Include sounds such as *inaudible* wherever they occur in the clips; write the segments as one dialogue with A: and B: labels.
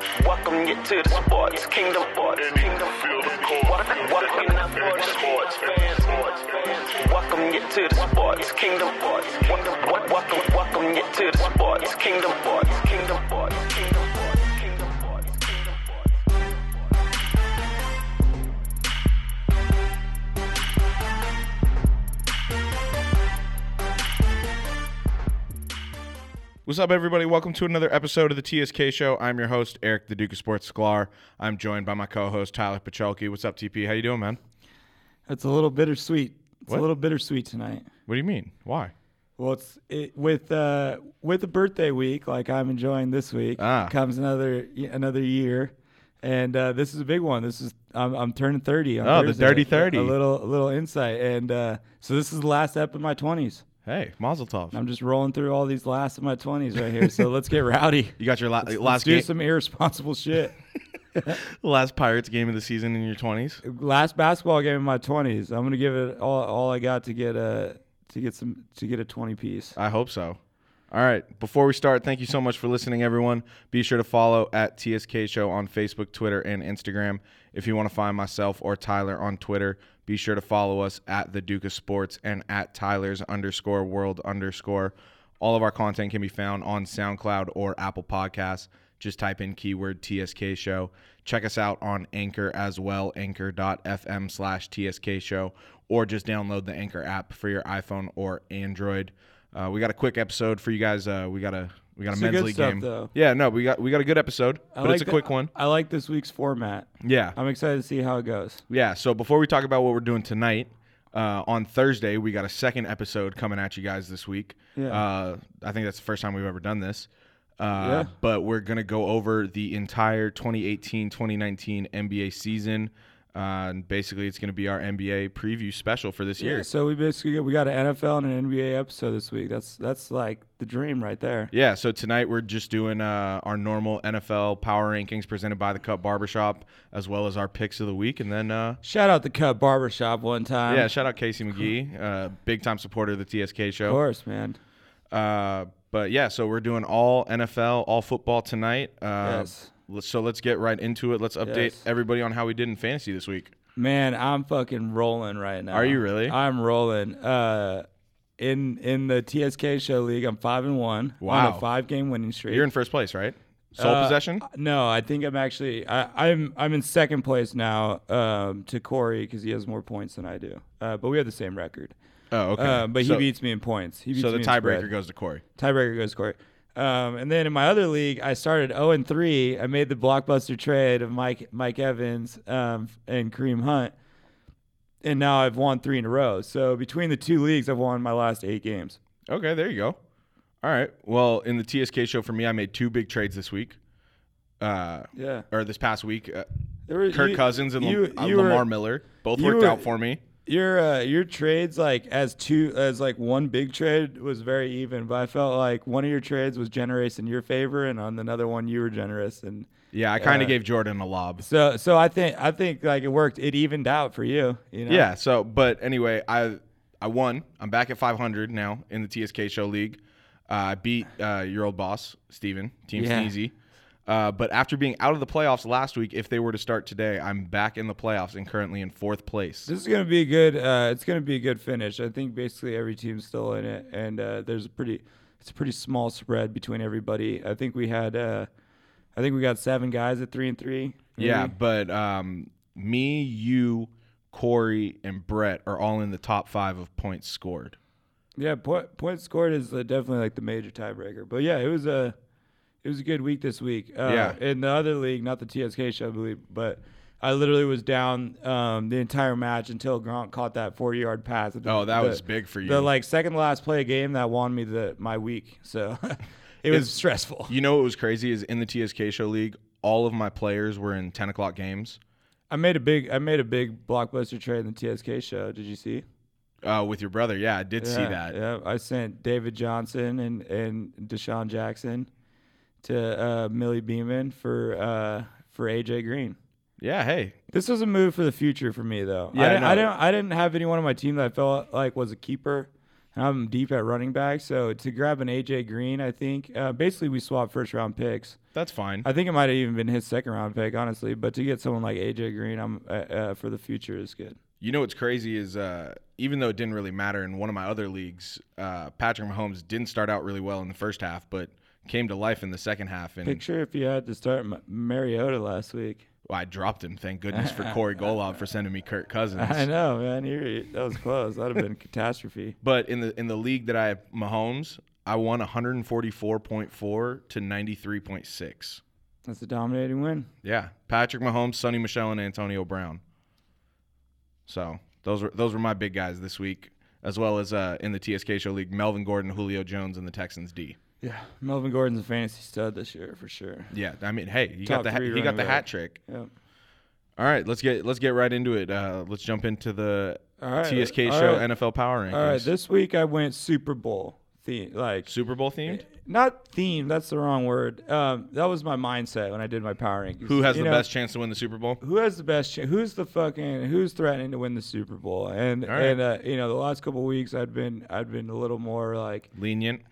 A: them get to the sports. Kingdom sports. Kingdom feel the court. Welcome in the sports fans. Welcome get to the sports. Kingdom sports. Welcome, welcome, welcome get to the sports. Kingdom sports. Kingdom sports. Kingdom sports. Kingdom sports. Kingdom sports.
B: What's up, everybody? Welcome to another episode of the TSK Show. I'm your host, Eric, the Duke of Sports Sklar. I'm joined by my co-host, Tyler Pachelke. What's up, TP? How you doing, man?
C: It's a little bittersweet. It's
B: What?
C: a little bittersweet tonight.
B: What do you mean? Why?
C: Well, it's it, with uh, with the birthday week like I'm enjoying this week
B: Ah.
C: comes another y- another year, and uh, this is a big one. This is I'm, I'm turning thirty. On
B: Oh, the
C: Thursday.
B: dirty
C: A-
B: 30.
C: A little a little insight, and uh, so this is the last step of my twenties.
B: Hey, Mazel Tov.
C: I'm just rolling through all these last of my twenties right here. So let's get rowdy. *laughs*
B: you got your la-
C: Let's
B: last
C: do
B: game,
C: some irresponsible shit.
B: last Pirates game of the season in your 20s.
C: last basketball game in my twenties. I'm gonna give it all, all I got to get a to get some to get a twenty piece.
B: I hope so. All right. Before we start, thank you so much for listening, everyone. Be sure to follow at TSK Show on Facebook, Twitter, and Instagram. If you want to find myself or Tyler on Twitter, be sure to follow us at the Duke of Sports and at Tyler's underscore world underscore. All of our content can be found on SoundCloud or Apple Podcasts. Just type in keyword TSK show. Check us out on Anchor as well, anchor.fm slash TSK show, or just download the Anchor app for your iPhone or Android. Uh, we got a quick episode for you guys. Uh, we got a we got a
C: Some
B: men's
C: good
B: league
C: stuff,
B: game.
C: though.
B: Yeah, no, we got we got a good episode, but it's a quick one.
C: I like this week's format.
B: Yeah.
C: I'm excited to see how it goes.
B: Yeah. So before we talk about what we're doing tonight, uh, on Thursday we got a second episode coming at you guys this week.
C: Yeah.
B: Uh, I think that's the first time we've ever done this. Uh,
C: Yeah.
B: But we're gonna go over the entire 2018-2019 NBA season. Uh, and basically, it's gonna be our NBA preview special for this year.
C: So we basically got, we got an NFL and an NBA episode this week. That's that's like the dream right there.
B: Yeah, so tonight we're just doing uh, our normal NFL power rankings presented by the Cup Barbershop, as well as our picks of the week, and then uh,
C: Shout out the Cut Barbershop one time.
B: yeah,
C: of
B: shout out Casey McGee, uh, big time supporter of the TSK show.
C: course, man.
B: Uh, but yeah, so we're doing all NFL, all football tonight. Uh,
C: Yes.
B: let's- So let's get right into it. Let's update
C: Yes.
B: everybody on how we did in fantasy this week.
C: Man, I'm fucking rolling right now.
B: Are you really?
C: I'm rolling. Uh, in in the TSK show league, I'm five and one on
B: Wow.
C: a five game winning streak.
B: You're in first place, right? Sole
C: Uh,
B: possession.
C: No, I think I'm actually I, I'm I'm in second place now um, to Corey because he has more points than I do. Uh, but we have the same record.
B: Oh, okay.
C: Uh, but
B: So-
C: he beats me in points. He beats
B: So the
C: me in
B: tiebreaker
C: spread.
B: goes to Corey.
C: tiebreaker goes Corey. Um, and then in my other league, I started 0 and 3. I made the blockbuster trade of Mike Mike Evans um, and Kareem Hunt, and now I've won three in a row. So between the two leagues, I've won my last eight games.
B: Okay, there you go. All right. Well, in the TSK show for me, I made two big trades this week, uh,
C: Yeah,
B: or this past week. Uh,
C: there were,
B: Kirk
C: you-
B: Cousins and Lam-
C: you-
B: uh,
C: you were-
B: Lamar Miller both
C: you
B: worked
C: were-
B: out for me.
C: your uh, your trades like as two as like one big trade was very even, but I felt like one of your trades was generous in your favor, and on another one you were generous, and
B: Yeah, I kind of
C: Uh,
B: gave Jordan a lob.
C: so so I think I think like it worked. It evened out for you, you know.
B: Yeah. So, but anyway, I I won. I'm back at 500 now in the TSK Show League. Uh, I beat uh, your old boss Steven, Team
C: Yeah.
B: Sneezy. Uh, but after being out of the playoffs last week, if they were to start today, I'm back in the playoffs and currently in fourth place.
C: This is gonna be a good. Uh, it's gonna be a good finish. I think basically every team's still in it, and uh, there's a pretty. It's a pretty small spread between everybody. I think we had. Uh, I think we got seven guys at three and three. maybe.
B: Yeah, but um, me, you, Corey, and Brett are all in the top five of points scored.
C: Yeah, point point scored is uh, definitely like the major tiebreaker. But yeah, it was a it was a good week this week. Uh,
B: Yeah.
C: In the other league, not the TSK show, I believe, but I literally was down um, the entire match until Gronk caught that forty yard pass.
B: Oh, that
C: The-
B: was big for you.
C: The like second to last play of game that won me the my week. So *laughs* it was
B: *laughs*
C: stressful.
B: you know what was crazy is in the TSK Show League, all of my players were in 10 o'clock games
C: I made a big I made a big blockbuster trade in the TSK show. Did you see?
B: uh, with your brother. Yeah, I did see
C: Yeah,
B: that.
C: Yeah, I sent David Johnson and and Deshaun Jackson to uh, Millie Beeman for uh, for AJ Green.
B: Yeah, hey,
C: This was a move for the future for me, though.
B: Yeah,
C: I, didn't,
B: I
C: I
B: know.
C: didn't. I didn't have anyone on my team that I felt like was a keeper. I'm deep at running back, so to grab an AJ Green, I think uh, basically we swapped first round picks.
B: That's fine.
C: I think it might have even been his second round pick, honestly. But to get someone like AJ Green, I'm uh, uh, for the future is good.
B: You know what's crazy is uh, even though it didn't really matter in one of my other leagues, uh, Patrick Mahomes didn't start out really well in the first half, but came to life in the second half. And
C: Picture if you had to start M- Mariota last week.
B: well, I dropped him. Thank goodness for Corey Golov for sending me Kirk Cousins.
C: I know, man. You're, that was close. That'd have been catastrophe.
B: But in the in the league that I have Mahomes, I won 144.4 to 93.6.
C: That's a dominating win.
B: Yeah, Patrick Mahomes, Sonny Michelle, and Antonio Brown. So those were those were my big guys this week, as well as uh, in the TSK Show League, Melvin Gordon, Julio Jones, and the Texans D.
C: Yeah, Melvin Gordon's a fantasy stud this year for sure.
B: Yeah, I mean, hey, he got
C: Top
B: the ha-
C: three
B: he got
C: running
B: the
C: back.
B: hat trick.
C: Yep.
B: All right, let's get let's get right into it. Uh, let's jump into the
C: All right,
B: TSK
C: all
B: Show
C: right.
B: NFL Power Rankings.
C: All right, this week I went Super Bowl theme, like
B: Super Bowl themed.
C: not theme. That's the wrong word. Um, that was my mindset when I did my power rankings.
B: Who has
C: You
B: the
C: know,
B: best chance to win the Super Bowl?
C: Who has the best? Chance? Who's the fucking? Who's threatening to win the Super Bowl? And
B: right.
C: and uh, you know the last couple weeks I'd been I'd been a little more like
B: Lenient.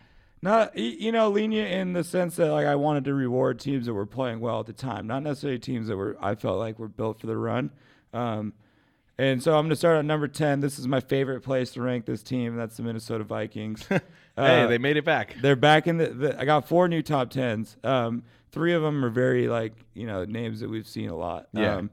C: not y- you know lenient in the sense that like I wanted to reward teams that were playing well at the time, not necessarily teams that were I felt like were built for the run. Um, and so I'm going to start at number ten. This is my favorite place to rank this team. and That's the Minnesota Vikings.
B: hey,
C: Uh,
B: they made it back.
C: they're back in the, the. I got four new top tens. Um, three of them are very like you know names that we've seen a lot.
B: Yeah.
C: Um,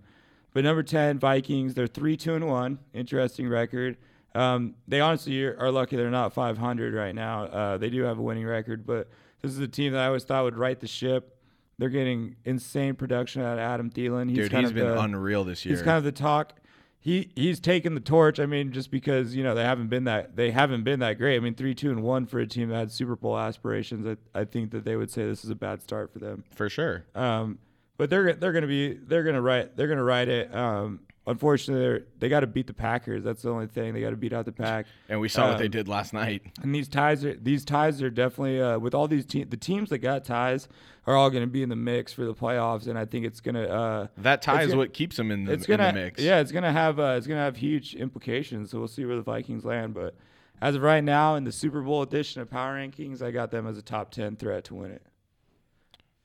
C: but number ten Vikings, they're three two and one. Interesting record. Um, they honestly are, are lucky they're not 500 right now. Uh, they do have a winning record, but this is a team that I always thought would right the ship. They're getting insane production out of Adam Thielen. He's
B: Dude,
C: kind
B: he's
C: of
B: been
C: the-
B: unreal this year.
C: He's kind of the talk. He he's taken the torch. I mean, just because you know they haven't been that they haven't been that great. I mean, three, two, and one for a team that had Super Bowl aspirations. I, I think that they would say this is a bad start for them.
B: for sure.
C: Um, but they're they're gonna be they're gonna write they're gonna write it. Um, unfortunately, they're, they got to beat the Packers. That's the only thing they got to beat out the pack.
B: And we saw what
C: Uh,
B: they did last night.
C: And these ties are these ties are definitely uh, with all these te- the teams that got ties are all going to be in the mix for the playoffs. And I think it's gonna uh,
B: That tie
C: it's
B: is
C: gonna-
B: what keeps him in the,
C: it's gonna
B: in the mix.
C: yeah it's gonna have uh, it's gonna have huge implications so we'll see where the vikings land but as of right now in the super bowl edition of power rankings i got them as a top 10 threat to win it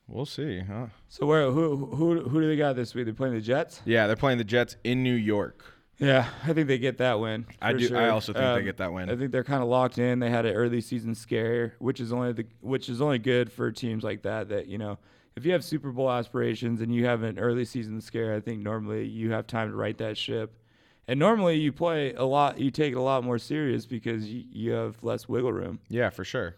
B: We'll see, huh?
C: so where who who who do they got this week they're playing the jets
B: Yeah, they're playing the Jets in New York.
C: yeah i think they get that win
B: I
C: for
B: do- I
C: sure. Um,
B: also think they get that win.
C: i think they're kind of locked in they had an early season scare which is only the which is only good for teams like that that you know if you have super bowl aspirations and you have an early season scare i think normally you have time to right that ship And normally you play a lot, you take it a lot more serious because you, you have less wiggle room.
B: Yeah, for sure.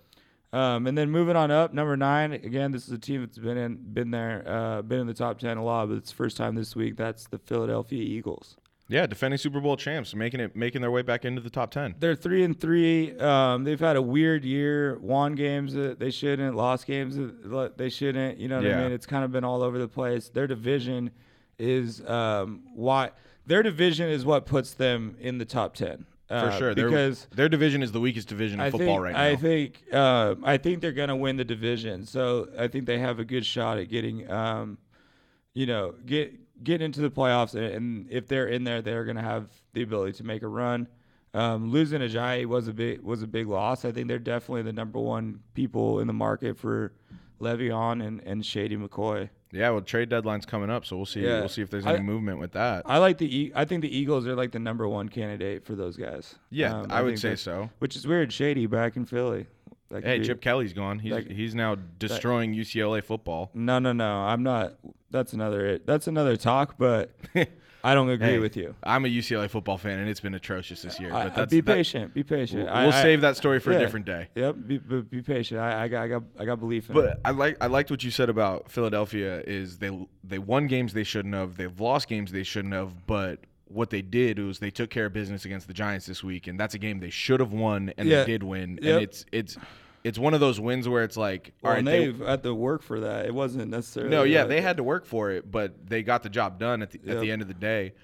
C: Um, and then moving on up, number nine. Again, this is a team that's been in, been there, uh, been in the top ten a lot, but it's the first time this week. That's the Philadelphia Eagles.
B: Yeah, defending Super Bowl champs, making it making their way back into the top ten.
C: They're three and three. Um, they've had a weird year. Won games that they shouldn't, lost games that lo- they shouldn't. You know what
B: Yeah.
C: I mean? It's kind of been all over the place. Their division is um, why their division is what puts them in the top ten.
B: For
C: Uh,
B: sure. Their-
C: because
B: their division is the weakest division in football
C: think,
B: right
C: I
B: now.
C: think uh, I think they're gonna win the division. So I think they have a good shot at getting, um, you know, get get into the playoffs. And, and if they're in there, they're gonna have the ability to make a run. Um, losing Ajayi was a big was a big loss. I think they're definitely the number one people in the market for Le'Veon and, and Shady McCoy.
B: yeah, well trade deadline's coming up, so we'll see
C: Yeah.
B: we'll see if there's
C: I-
B: any movement with that.
C: I like the E- I think the Eagles are like the number one candidate for those guys.
B: yeah,
C: Um,
B: I, would
C: think
B: say
C: that-
B: so.
C: Which is weird. Shady back in Philly. That could
B: Hey,
C: be-
B: Chip Kelly's gone. He's
C: like-
B: he's now destroying UCLA football.
C: No, no, no. I'm not. That's another. That's another talk.
B: *laughs*
C: But I don't agree
B: Hey,
C: with you.
B: I'm a UCLA football fan and it's been atrocious this year.
C: I,
B: but
C: I-
B: that's
C: be
B: that-
C: patient. Be patient.
B: We'll
C: I- I-
B: save that story for
C: yeah.
B: a different day.
C: Yep. Be, be, be patient. I, I got. I got. I got belief in. it.
B: But I like I liked what you said about Philadelphia is they they won games they shouldn't have, they've lost games they shouldn't have, but what they did was they took care of business against the Giants this week, and that's a game they should have won and
C: Yeah.
B: they did win.
C: Yep.
B: And it's it's it's one of those wins where it's like all
C: Well,
B: right,
C: and
B: they-
C: they've had to work for that. It wasn't necessarily.
B: no, yeah,
C: a-
B: they had to work for it, but they got the job done at the, at the
C: Yep.
B: end of the day.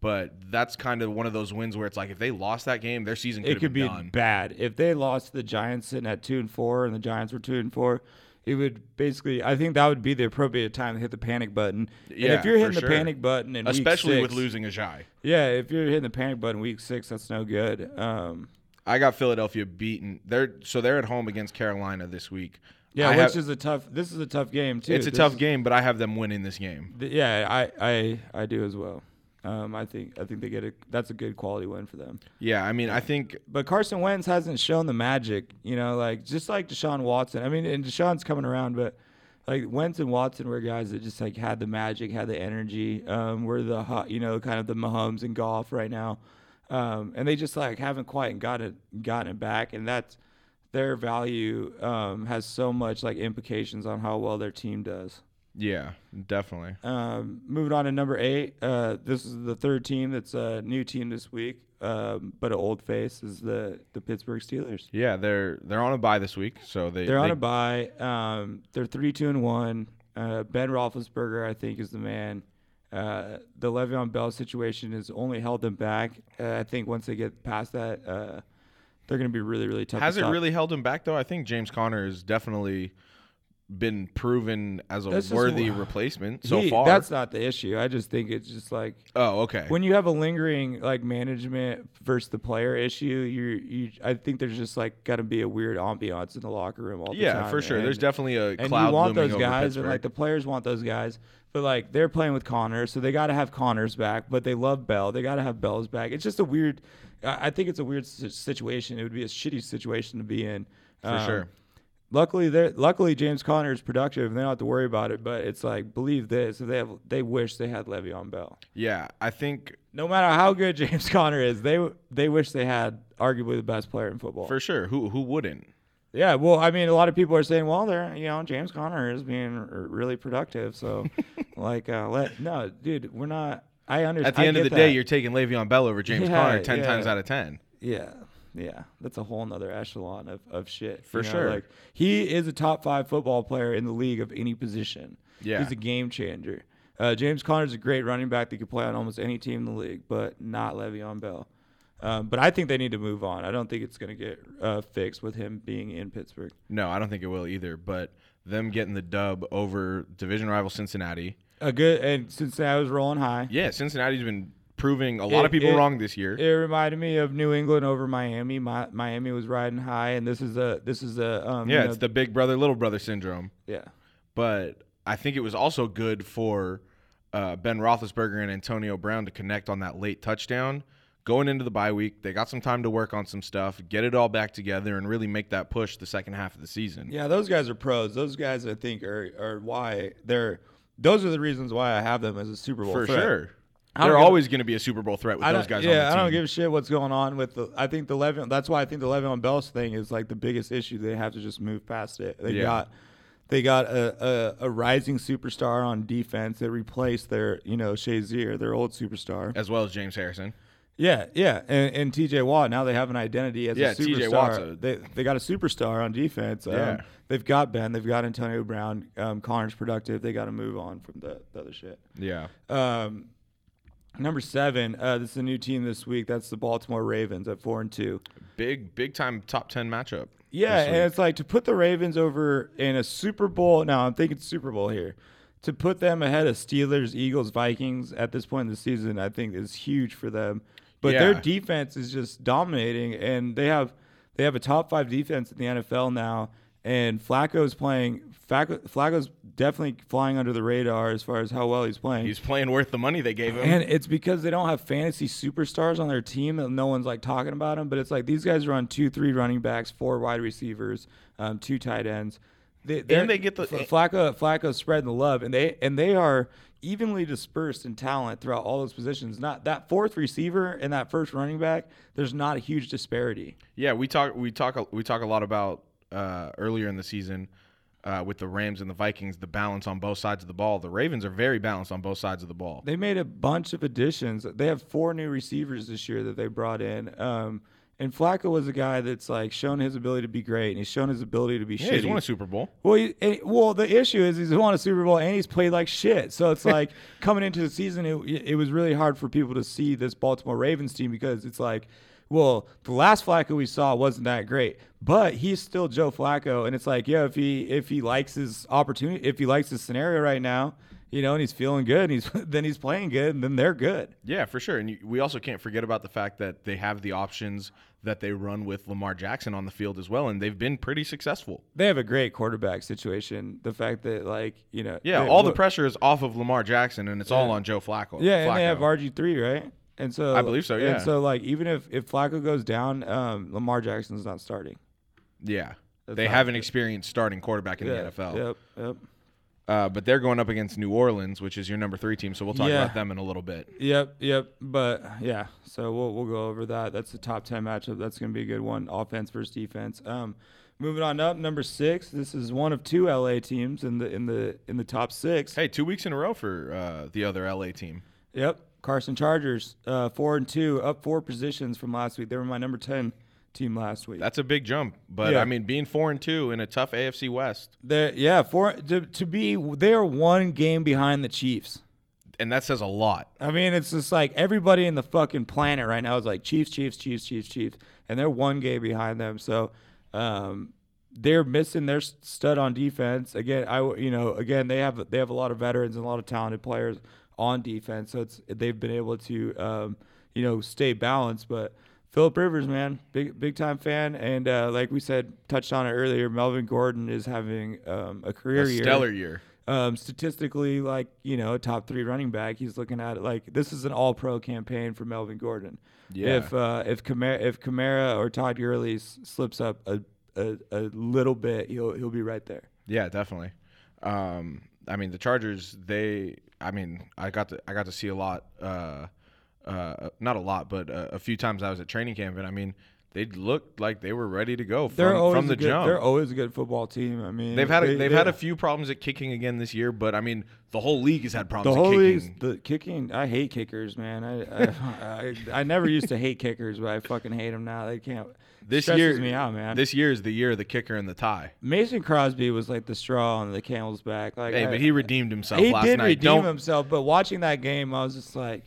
B: But that's kind of one of those wins where it's like if they lost that game, their season could
C: It
B: have
C: could
B: been
C: be
B: done.
C: bad if they lost to the Giants sitting at two and four, and the Giants were two and four. It would basically. I think that would be the appropriate time to hit the panic button. and
B: Yeah,
C: if you're
B: for
C: hitting the
B: sure.
C: panic button, in week
B: Especially with
C: six-
B: losing Ajay.
C: Yeah, if you're hitting the panic button week six, that's no good. Um,
B: I got Philadelphia beaten. They're so they're at home against Carolina this week.
C: Yeah,
B: I
C: which
B: have-
C: is a tough. This is a tough game too.
B: it's a
C: This
B: tough
C: is-
B: game, but I have them winning this game.
C: th- yeah, I, I I do as well. Um, I think I think they get a that's a good quality win for them.
B: Yeah, I mean, I think
C: But Carson Wentz hasn't shown the magic, you know, like just like Deshaun Watson. I mean, and Deshaun's coming around, but like Wentz and Watson were guys that just like had the magic, had the energy. Um, were the hot, you know, kind of the Mahomes and golf right now, um, and they just like haven't quite got it, gotten it back, and that's their value um, has so much like implications on how well their team does.
B: yeah, definitely.
C: Um, moving on to number eight. Uh, this is the third team that's a new team this week, um, but an old face is the the Pittsburgh Steelers.
B: Yeah, they're they're on a bye this week, so they
C: They're on
B: they-
C: a bye. Um, they're three, two, and one. Uh, ben Roethlisberger, I think, is the man. Uh, the Le'Veon Bell situation has only held them back. Uh, I think once they get past that, uh, they're going to be really, really tough. to
B: Has it
C: stop.
B: really held him back though? I think James Conner has definitely been proven as a
C: That's just
B: worthy
C: wh-
B: replacement so
C: He-
B: far.
C: That's not the issue. I just think it's just like
B: oh, okay.
C: when you have a lingering like management versus the player issue, you you I think there's just like got to be a weird ambiance in the locker room all the time.
B: yeah, for sure. There's
C: and-
B: definitely a
C: and
B: cloud
C: you
B: looming
C: want those
B: over
C: guys, and
B: Pittsburgh.
C: like the players want those guys, but like they're playing with Connor, so they got to have Connor's back. But they love Bell; they got to have Bell's back. It's just a weird. I I think it's a weird si- situation. It would be a shitty situation to be in. Um,
B: for sure.
C: Luckily, they're luckily James Conner is productive, and they don't have to worry about it. But it's like believe this: if they have, they wish they had Le'Veon Bell.
B: Yeah, I think
C: No matter how good *laughs* James Conner is, they they wish they had arguably the best player in football.
B: for sure. Who who wouldn't?
C: Yeah, well, I mean, a lot of people are saying, well, they're you know James Conner is being r- really
B: *laughs*
C: productive, so like uh, let no, dude, we're not. I understand.
B: At the end of the day, you're taking Le'Veon Bell over James
C: Yeah,
B: Conner ten
C: yeah.
B: times out of ten.
C: yeah, yeah. That's a whole nother echelon of of shit
B: For
C: you know,
B: sure.
C: Like he is a top five football player in the league of any position.
B: Yeah.
C: he's a game changer. Uh, James Conner's a great running back that could play on almost any team in the league, but not Le'Veon Bell. Um, but I think they need to move on. I don't think it's going to get uh, fixed with him being in Pittsburgh.
B: No, I don't think it will either. But them getting the dub over division rival Cincinnati.
C: A good and Cincinnati was rolling high.
B: Yeah, Cincinnati's been proving a lot
C: It-
B: of people
C: it-
B: wrong this year.
C: It reminded me of New England over Miami. Mi- Miami was riding high, and this is a this is a um, you
B: yeah,
C: know,
B: it's the big brother little brother syndrome.
C: yeah
B: But I think it was also good for uh, Ben Roethlisberger and Antonio Brown to connect on that late touchdown. Going into the bye week, they got some time to work on some stuff, get it all back together, and really make that push the second half of the season.
C: yeah. Those guys are pros. Those guys I think are are why they're those are the reasons why I have them as a Super Bowl
B: for
C: threat.
B: sure.
C: don't
B: They're
C: give a-
B: always going to be a Super Bowl threat with
C: I
B: those
C: don't,
B: guys.
C: yeah,
B: on the team.
C: I don't give a shit what's going on with the. I think the Le'Veon. That's why I think the Le'Veon Bell thing is like the biggest issue. They have to just move past it. They
B: Yeah.
C: got, they got a, a a rising superstar on defense that replaced their you know Shazier, their old superstar.
B: as well as James Harrison.
C: Yeah, yeah, and, and T.J. Watt. Now they have an identity as
B: Yeah,
C: a
B: T.J.
C: superstar.
B: Watt's a-
C: They they got a superstar on defense. Um,
B: Yeah.
C: they've got Ben. They've got Antonio Brown. Um, Connor's productive. They got to move on from the, the other shit.
B: Yeah.
C: Um, number seven. Uh, this is a new team this week. That's the Baltimore Ravens at four and two.
B: Big, big time top 10 matchup.
C: Yeah,
B: this
C: and
B: week.
C: it's like to put the Ravens over in a Super Bowl. Now I'm thinking Super Bowl here. To put them ahead of Steelers, Eagles, Vikings at this point in the season, I think is huge for them. But their
B: Yeah.
C: defense is just dominating, and they have they have a top five defense in the NFL now. And Flacco's playing. Flacco- Flacco's definitely flying under the radar as far as how well he's playing.
B: He's playing worth the money they gave him.
C: And it's because they don't have fantasy superstars on their team that no one's like talking about them. But it's like these guys run two, three running backs, four wide receivers, um, two tight ends. They, they're-
B: they get the-
C: Fla- Flacco Flacco spreading the love, and they and they are evenly dispersed in talent throughout all those positions. Not that fourth receiver and that first running back. There's not a huge disparity.
B: yeah, we talk, we talk, we talk a lot about uh, earlier in the season uh, with the Rams and the Vikings, the balance on both sides of the ball. The Ravens are very balanced on both sides of the ball.
C: They made a bunch of additions. They have four new receivers this year that they brought in. Um, and Flacco was a guy that's like shown his ability to be great, and he's shown his ability to be
B: yeah,
C: shitty.
B: he's won a Super Bowl.
C: Well, he, and- well, the issue is he's won a Super Bowl and he's played like shit.
B: *laughs*
C: So it's like coming into the season, it, it was really hard for people to see this Baltimore Ravens team because it's like, well, the last Flacco we saw wasn't that great, but he's still Joe Flacco, and it's like, yeah, if he if he likes his opportunity, if he likes his scenario right now, you know, and he's feeling good, and he's *laughs* then he's playing good, and then they're good.
B: Yeah, for sure. And you, we also can't forget about the fact that they have the options that they run with Lamar Jackson on the field as well, and they've been pretty successful.
C: They have a great quarterback situation. The fact that like you know
B: Yeah,
C: they-
B: all the
C: wh-
B: pressure is off of Lamar Jackson, and it's all on Joe Flacco.
C: Yeah, and
B: Flacco.
C: they have RG three, right? And so
B: I believe so, yeah.
C: And so like even if if Flacco goes down, um, Lamar Jackson's not starting
B: yeah. They
C: not
B: have an experienced starting quarterback in
C: Yeah,
B: the NFL.
C: Yep, yep,
B: Uh, but they're going up against New Orleans, which is your number three team. So we'll talk
C: Yeah.
B: about them in a little bit.
C: yep, yep. But yeah, so we'll we'll go over that. That's the top ten matchup. That's gonna be a good one. Offense versus defense. Um, moving on up, number six. This is one of two LA teams in the in the in the top six.
B: Hey, two weeks in a row for uh, the other LA team.
C: Yep. Carson Chargers, uh, four and two, up four positions from last week. They were my number ten team last week.
B: That's a big jump, but
C: Yeah.
B: I mean, being four and two in a tough AFC West,
C: They're, yeah, four to, to be they are one game behind the Chiefs.
B: and that says a lot.
C: I mean, it's just like everybody in the fucking planet right now is like Chiefs, Chiefs, Chiefs, Chiefs, Chiefs, and they're one game behind them. So, um, they're missing their s- stud on defense. Again, I w- you know again they have they have a lot of veterans and a lot of talented players on defense. So it's they've been able to um, you know stay balanced, but. Philip Rivers, man, big big time fan, and uh, like we said, touched on it earlier. Melvin Gordon is having um, a career
B: A
C: year
B: stellar year.
C: um, statistically, like you know, a top three running back. He's looking at it like this is an All Pro campaign for Melvin Gordon.
B: Yeah.
C: If uh, if Kamara, if Kamara or Todd Gurley s- slips up a, a a little bit, he'll he'll be right there.
B: Yeah, definitely. Um, I mean, the Chargers. They. I mean, I got to. I got to see a lot. Uh, uh, not a lot, but uh, a few times I was at training camp, and I mean, they looked like they were ready to go
C: They're
B: from,
C: always
B: from
C: a
B: the
C: good,
B: jump.
C: They're always a good football team. I mean,
B: They've had a,
C: they-
B: they've
C: they-
B: had a few problems at kicking again this year, but I mean the whole league has had
C: The
B: problems
C: whole
B: at
C: league's-
B: kicking.
C: the kicking. I hate kickers, man. I I, I I never used to hate kickers, but I fucking hate them now. They can't.
B: This
C: stresses
B: year-
C: me out, man.
B: This year is the year of the kicker and the tie.
C: Mason Crosby was like the straw on the camel's back. Like,
B: Hey,
C: I-
B: but he redeemed himself
C: he
B: last
C: did
B: night.
C: redeem
B: Don't
C: himself, but watching that game, I was just like,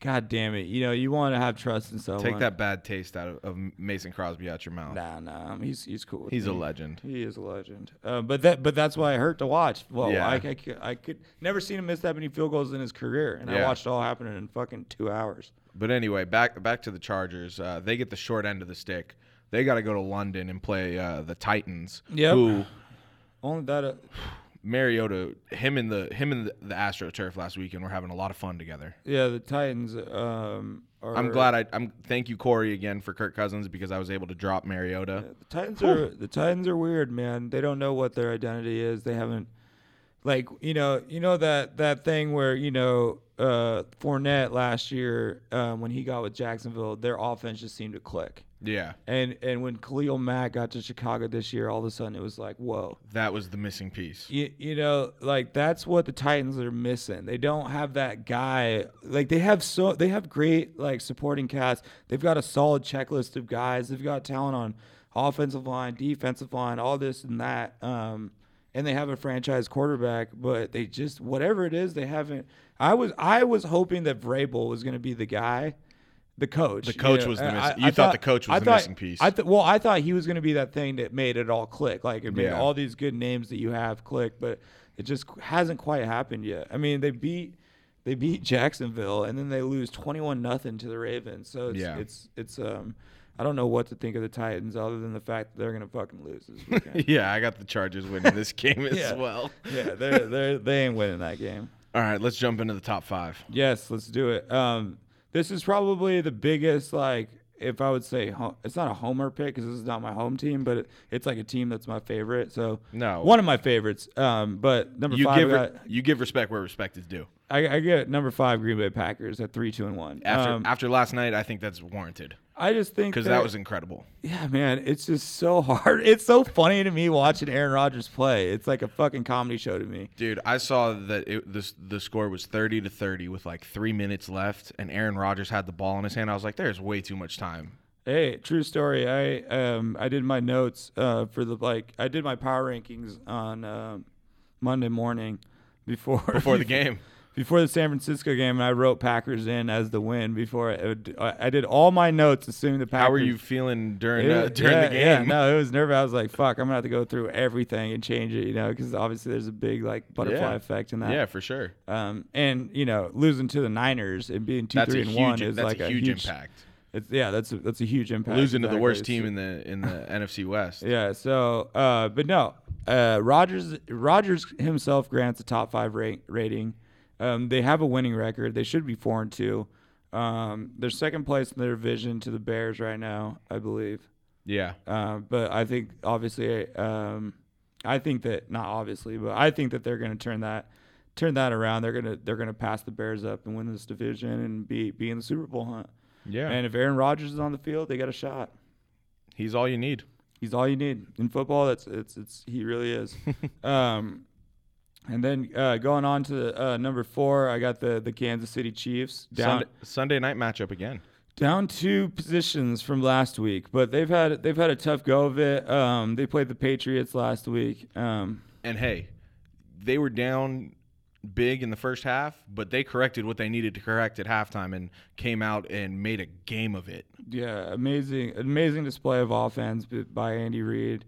C: God damn it! You know, you want to have trust in someone.
B: take that bad taste out of, of Mason Crosby out your mouth.
C: Nah, nah, I mean, he's he's cool. with
B: He's a
C: me.
B: legend.
C: He is a legend. Uh, but that but that's why it hurt to watch. Well,
B: Yeah.
C: I, I, could- I could never seen him miss that many field goals in his career, and I
B: Yeah.
C: watched it all happen in fucking two hours.
B: But anyway, back back to the Chargers. Uh, they get the short end of the stick. They got to go to London and play uh, the Titans.
C: Yep.
B: Who
C: Only that. Uh,
B: Mariota, him and the him and the, the AstroTurf last weekend were having a lot of fun together.
C: yeah, the Titans. Um, are,
B: I'm glad I I'm thank you Corey again for Kirk Cousins because I was able to drop Mariota.
C: The Titans are the Titans are weird, man. They don't know what their identity is. They haven't like you know you know that that thing where you know uh Fournette last year um, when he got with Jacksonville, their offense just seemed to click.
B: Yeah,
C: And and when Khalil Mack got to Chicago this year, all of a sudden it was like whoa.
B: that was the missing piece.
C: You, you know like that's what the Titans are missing. They don't have that guy. Like they have so they have great like supporting cast. They've got a solid checklist of guys. They've got talent on offensive line, defensive line, all this and that. Um, and they have a franchise quarterback, but they just whatever it is they haven't. I was I was hoping that Vrabel was going to be the guy. The coach. The
B: coach was the miss- you thought the coach was the missing piece.
C: I th- well, I thought he was going to be that thing that made it all click. Like it made
B: Yeah.
C: all these good names that you have click, but it just qu- hasn't quite happened yet. I mean, they beat they beat Jacksonville and then they lose 21 nothing to the Ravens. So it's
B: Yeah.
C: it's it's um I don't know what to think of the Titans other than the fact that they're going to fucking lose this weekend.
B: Yeah, I got the Chargers winning this game *laughs* as
C: *laughs* Yeah.
B: well.
C: yeah, they are they are they ain't winning that game.
B: All right, let's jump into the top five.
C: Yes, let's do it. Um, this is probably the biggest, like, if I would say, ho- it's not a homer pick because this is not my home team, but it, it's like a team that's my favorite. So
B: No.
C: one of my favorites. Um, but number
B: You
C: five,
B: give
C: I, got,
B: re- you give respect where respect is due.
C: I, I get number five Green Bay Packers at three, two, and one.
B: After
C: Um,
B: after last night, I think that's warranted
C: I just think
B: because that was incredible.
C: *laughs* yeah, man. It's just so hard. *laughs* It's so funny to me watching Aaron Rodgers play. It's like a fucking comedy show to me.
B: Dude, I saw that it, this the score was thirty to thirty with like three minutes left, and Aaron Rodgers had the ball in his hand. I was like, "There's way too much time."
C: Hey, true story. I um I did my notes uh for the like I did my power rankings on um, Monday morning before
B: *laughs*
C: *laughs*
B: Before the game.
C: before the San Francisco game, and I wrote Packers in as the win before I, I did all my notes assuming the Packers.
B: How were you feeling *laughs* during
C: It
B: uh,
C: was-
B: during
C: yeah,
B: the game?
C: Yeah,
B: *laughs*
C: no, it was nervous. I was like, fuck, I'm gonna have to go through everything and change it, you know, because obviously there's a big like butterfly
B: Yeah.
C: effect in that.
B: Yeah, for sure.
C: Um, and you know, losing to the Niners and being two,
B: That's
C: three,
B: a
C: and
B: huge.
C: one is
B: that's
C: like
B: a huge impact.
C: It's, yeah, that's a, that's a huge impact.
B: Losing to the
C: exactly.
B: worst
C: So-
B: team in the in the
C: *laughs*
B: NFC West.
C: Yeah. So, uh, but no, uh, Rogers Rogers himself grants a top five rate, rating. Um, they have a winning record. They should be four and two. Um, they're second place in their division to the Bears right now, I believe.
B: Yeah.
C: Uh, but I think obviously, um, I think that not obviously, but I think that they're going to turn that turn that around. They're gonna they're gonna pass the Bears up and win this division and be be in the Super Bowl hunt.
B: Yeah.
C: And if Aaron Rodgers is on the field, they got a shot.
B: He's all you need.
C: He's all you need in football. That's it's it's he really is. um, and then uh, going on to uh, number four, I got the the Kansas City Chiefs down
B: Sunday, Sunday night matchup again.
C: down two positions from last week, but they've had they've had a tough go of it. Um, they played the Patriots last week. Um,
B: And hey, they were down big in the first half, but they corrected what they needed to correct at halftime and came out and made a game of it.
C: yeah, amazing amazing display of offense b- by Andy Reid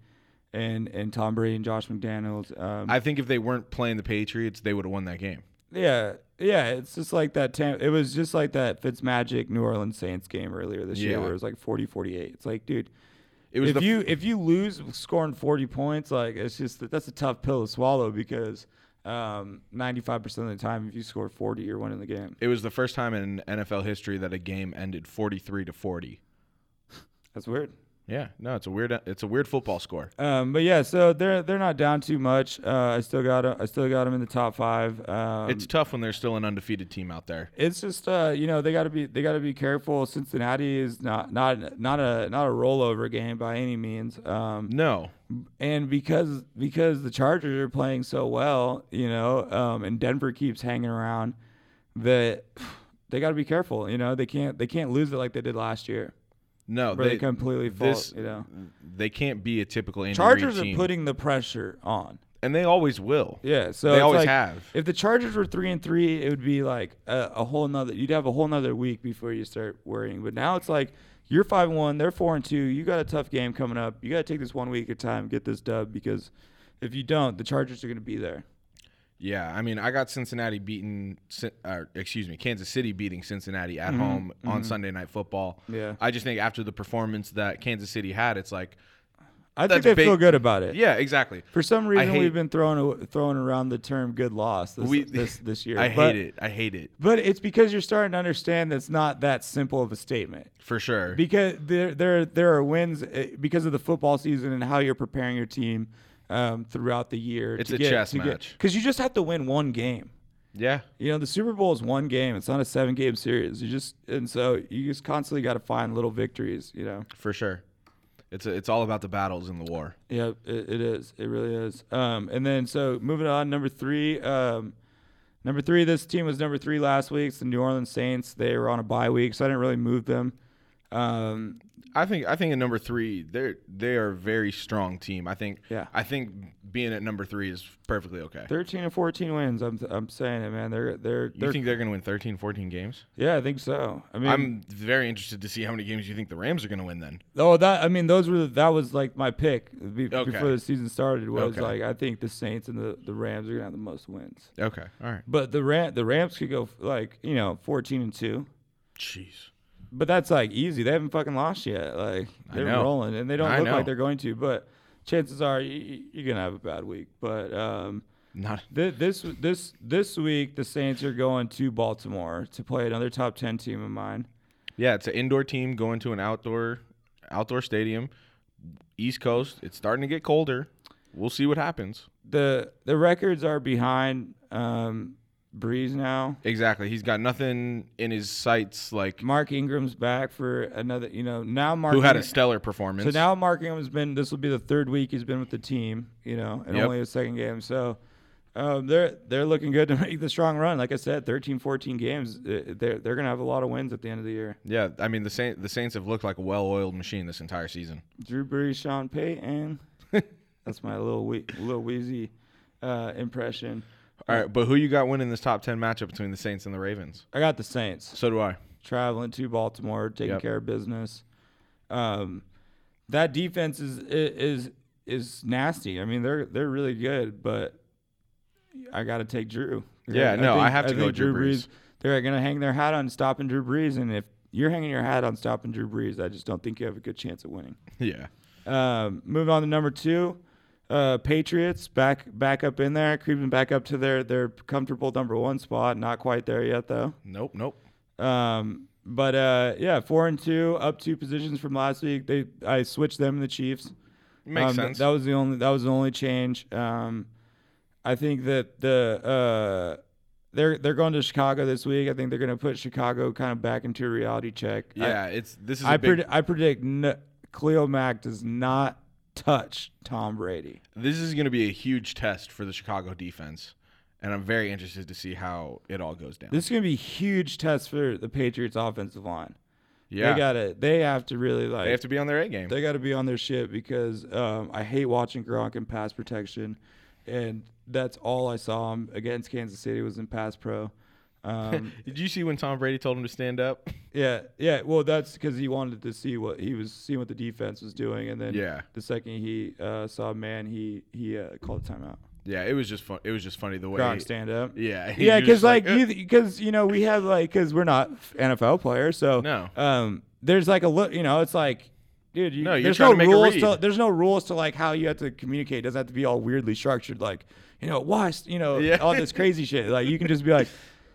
C: and and Tom Brady and Josh McDaniels. Um,
B: I think if they weren't playing the Patriots, they would have won that game.
C: yeah, yeah, it's just like that. Tam- it was just like that Fitzmagic New Orleans Saints game earlier this year
B: Yeah.
C: where it was like 40-48. It's like, dude.
B: It was
C: if
B: the
C: you if you lose scoring 40 points like it's just that that's a tough pill to swallow because um, 95% of the time if you score 40 you're winning the game
B: it was the first time in NFL history that a game ended 43 to 40.
C: that's weird
B: Yeah, no, it's a weird it's a weird football score.
C: um, but yeah so they're they're not down too much uh, I still got 'em- I still got them in the top five um,
B: It's
C: it's
B: tough when there's still an undefeated team out there.
C: it's just uh, you know they got to be they got to be careful Cincinnati is not not not a not a rollover game by any means um,
B: No.
C: and because because the Chargers are playing so well, you know, um, and Denver keeps hanging around, that they got to be careful. You know, they can't they can't lose it like they did last year,
B: No,
C: where they,
B: they
C: completely fall.
B: this-
C: you know,
B: they can't be a typical Andy Reid
C: Chargers are
B: team.
C: putting the pressure on.
B: and they always will.
C: Yeah, so
B: They
C: it's
B: always
C: like,
B: have.
C: If the Chargers were three and three, it would be like a, a whole nother. You'd have a whole nother week before you start worrying. But now it's like you're five and one, they're four and two. You got a tough game coming up. You got to take this one week at a time, get this dub because if you don't, the Chargers are going to be there.
B: Yeah, I mean, I got Cincinnati beating, Cin- or excuse me, Kansas City beating Cincinnati at home on Sunday Night Football.
C: Mm-hmm, Yeah.
B: I just think after the performance that Kansas City had, it's like,
C: I
B: That's
C: think they
B: big-
C: feel good about it.
B: yeah, exactly.
C: For some reason,
B: hate-
C: we've been throwing a- throwing around the term "good loss" this
B: We-
C: this,
B: *laughs*
C: this year.
B: I
C: but,
B: hate it. I hate it
C: but it's because you're starting to understand that's not that simple of a statement.
B: for sure.
C: because there there there are wins eh, because of the football season and how you're preparing your team um, throughout the year.
B: It's a chess match.
C: because you just have to win one game.
B: yeah,
C: You know, the Super Bowl is one game. It's not a seven game series. You just and so you just constantly got to find little victories. You know.
B: for sure. It's a, it's all about the battles in the war.
C: Yeah, it, it is. It really is. Um, and then so moving on, number three. Um, number three. This team was number three last week. It's the New Orleans Saints. They were on a bye week, so I didn't really move them. Um,
B: I think I think at number three, they're they are a very strong team. I think
C: Yeah.
B: I think being at number three is perfectly okay.
C: thirteen and fourteen wins. I'm I'm saying it, man. They're they're,
B: you
C: they're
B: think they're going to win 13, 14 games?
C: yeah, I think so. I mean,
B: I'm very interested to see how many games you think the Rams are going to win then.
C: oh that I mean those were the, that was like my pick be,
B: Okay.
C: before the season started was
B: Okay.
C: like I think the Saints and the, the Rams are gonna have the most wins.
B: Okay. All right.
C: But the Ram, the Rams could go like you know fourteen and two.
B: Jeez.
C: But that's like easy. They haven't fucking lost yet. Like
B: I
C: they're
B: know.
C: rolling, and they don't
B: I
C: look
B: know.
C: like they're going to. But chances are you, you're gonna have a bad week. But um,
B: Not
C: th- this this this week the Saints are going to Baltimore to play another top ten team of mine.
B: Yeah, it's an indoor team going to an outdoor outdoor stadium. East Coast, it's starting to get colder. We'll see what happens.
C: the The records are behind um, Breeze now.
B: Exactly. He's got nothing in his sights like
C: Mark Ingram's back for another. You know now Mark
B: who had a
C: Ingram-
B: stellar performance.
C: So now Mark Ingram's been. This will be the third week he's been with the team. You know, and
B: Yep.
C: only his second game. So um, they're they're looking good to make the strong run. Like I said, 13, 14 games. uh, They're they're gonna have a lot of wins at the end of the year.
B: yeah, I mean the Saint, the Saints have looked like a well-oiled machine this entire season.
C: Drew Brees,
B: *laughs*
C: Sean Payton. That's my little wee, little wheezy uh, impression.
B: All right, but who you got winning this top 10 matchup between the Saints and the Ravens?
C: I got the Saints.
B: So do I.
C: traveling to Baltimore, taking
B: Yep.
C: care of business. Um, that defense is is is nasty. I mean, they're they're really good, but I got to take Drew.
B: Yeah, no, I have to go
C: think
B: Drew Brees.
C: They're going to hang their hat on stopping Drew Brees, and if you're hanging your hat on stopping Drew Brees. I just don't think you have a good chance of winning.
B: *laughs* Yeah.
C: Um, moving on to number two, uh, Patriots back back up in there, creeping back up to their their comfortable number one spot. Not quite there yet though.
B: Nope. Nope.
C: Um, but uh, yeah, four and two, up two positions from last week. They I switched them and the Chiefs.
B: Makes
C: Um, th-
B: sense.
C: that was the only that was the only change. Um, I think that the uh, they're they're going to Chicago this week. I think they're going to put Chicago kind of back into a reality check. I-
B: yeah. it's this is a
C: I,
B: big,
C: pred- I predict n- Cleo Mack does not touch Tom Brady.
B: this is going to be a huge test for the Chicago defense, and I'm very interested to see how it all goes down.
C: This is going to be a huge test for the Patriots offensive line.
B: yeah,
C: They got to they have to really like
B: they have to be on their A game.
C: they got to be on their shit because um, I hate watching Gronk in pass protection, and that's all I saw him against Kansas City was in pass pro. Um,
B: Did you see when Tom Brady told him to stand up? *laughs*
C: yeah, yeah. Well, that's because he wanted to see what he was seeing what the defense was doing, and then
B: Yeah.
C: the second he uh, saw man, he he uh, called a timeout.
B: Yeah, it was just fun. It was just funny the way.
C: Gronk stand up.
B: yeah, *laughs* he
C: Yeah,
B: was
C: because
B: just
C: like
B: "Uh,
C: you, because you know we have like because we're not NFL players, so
B: No.
C: Um, there's like a look, you know, it's like, dude, you,
B: No, you're
C: there's
B: trying
C: no
B: to make a
C: rules to
B: read.
C: there's no rules to like how you have to communicate. It doesn't have to be all weirdly structured, like you know, watch, you know,
B: Yeah.
C: all this crazy shit. Like you can just be like,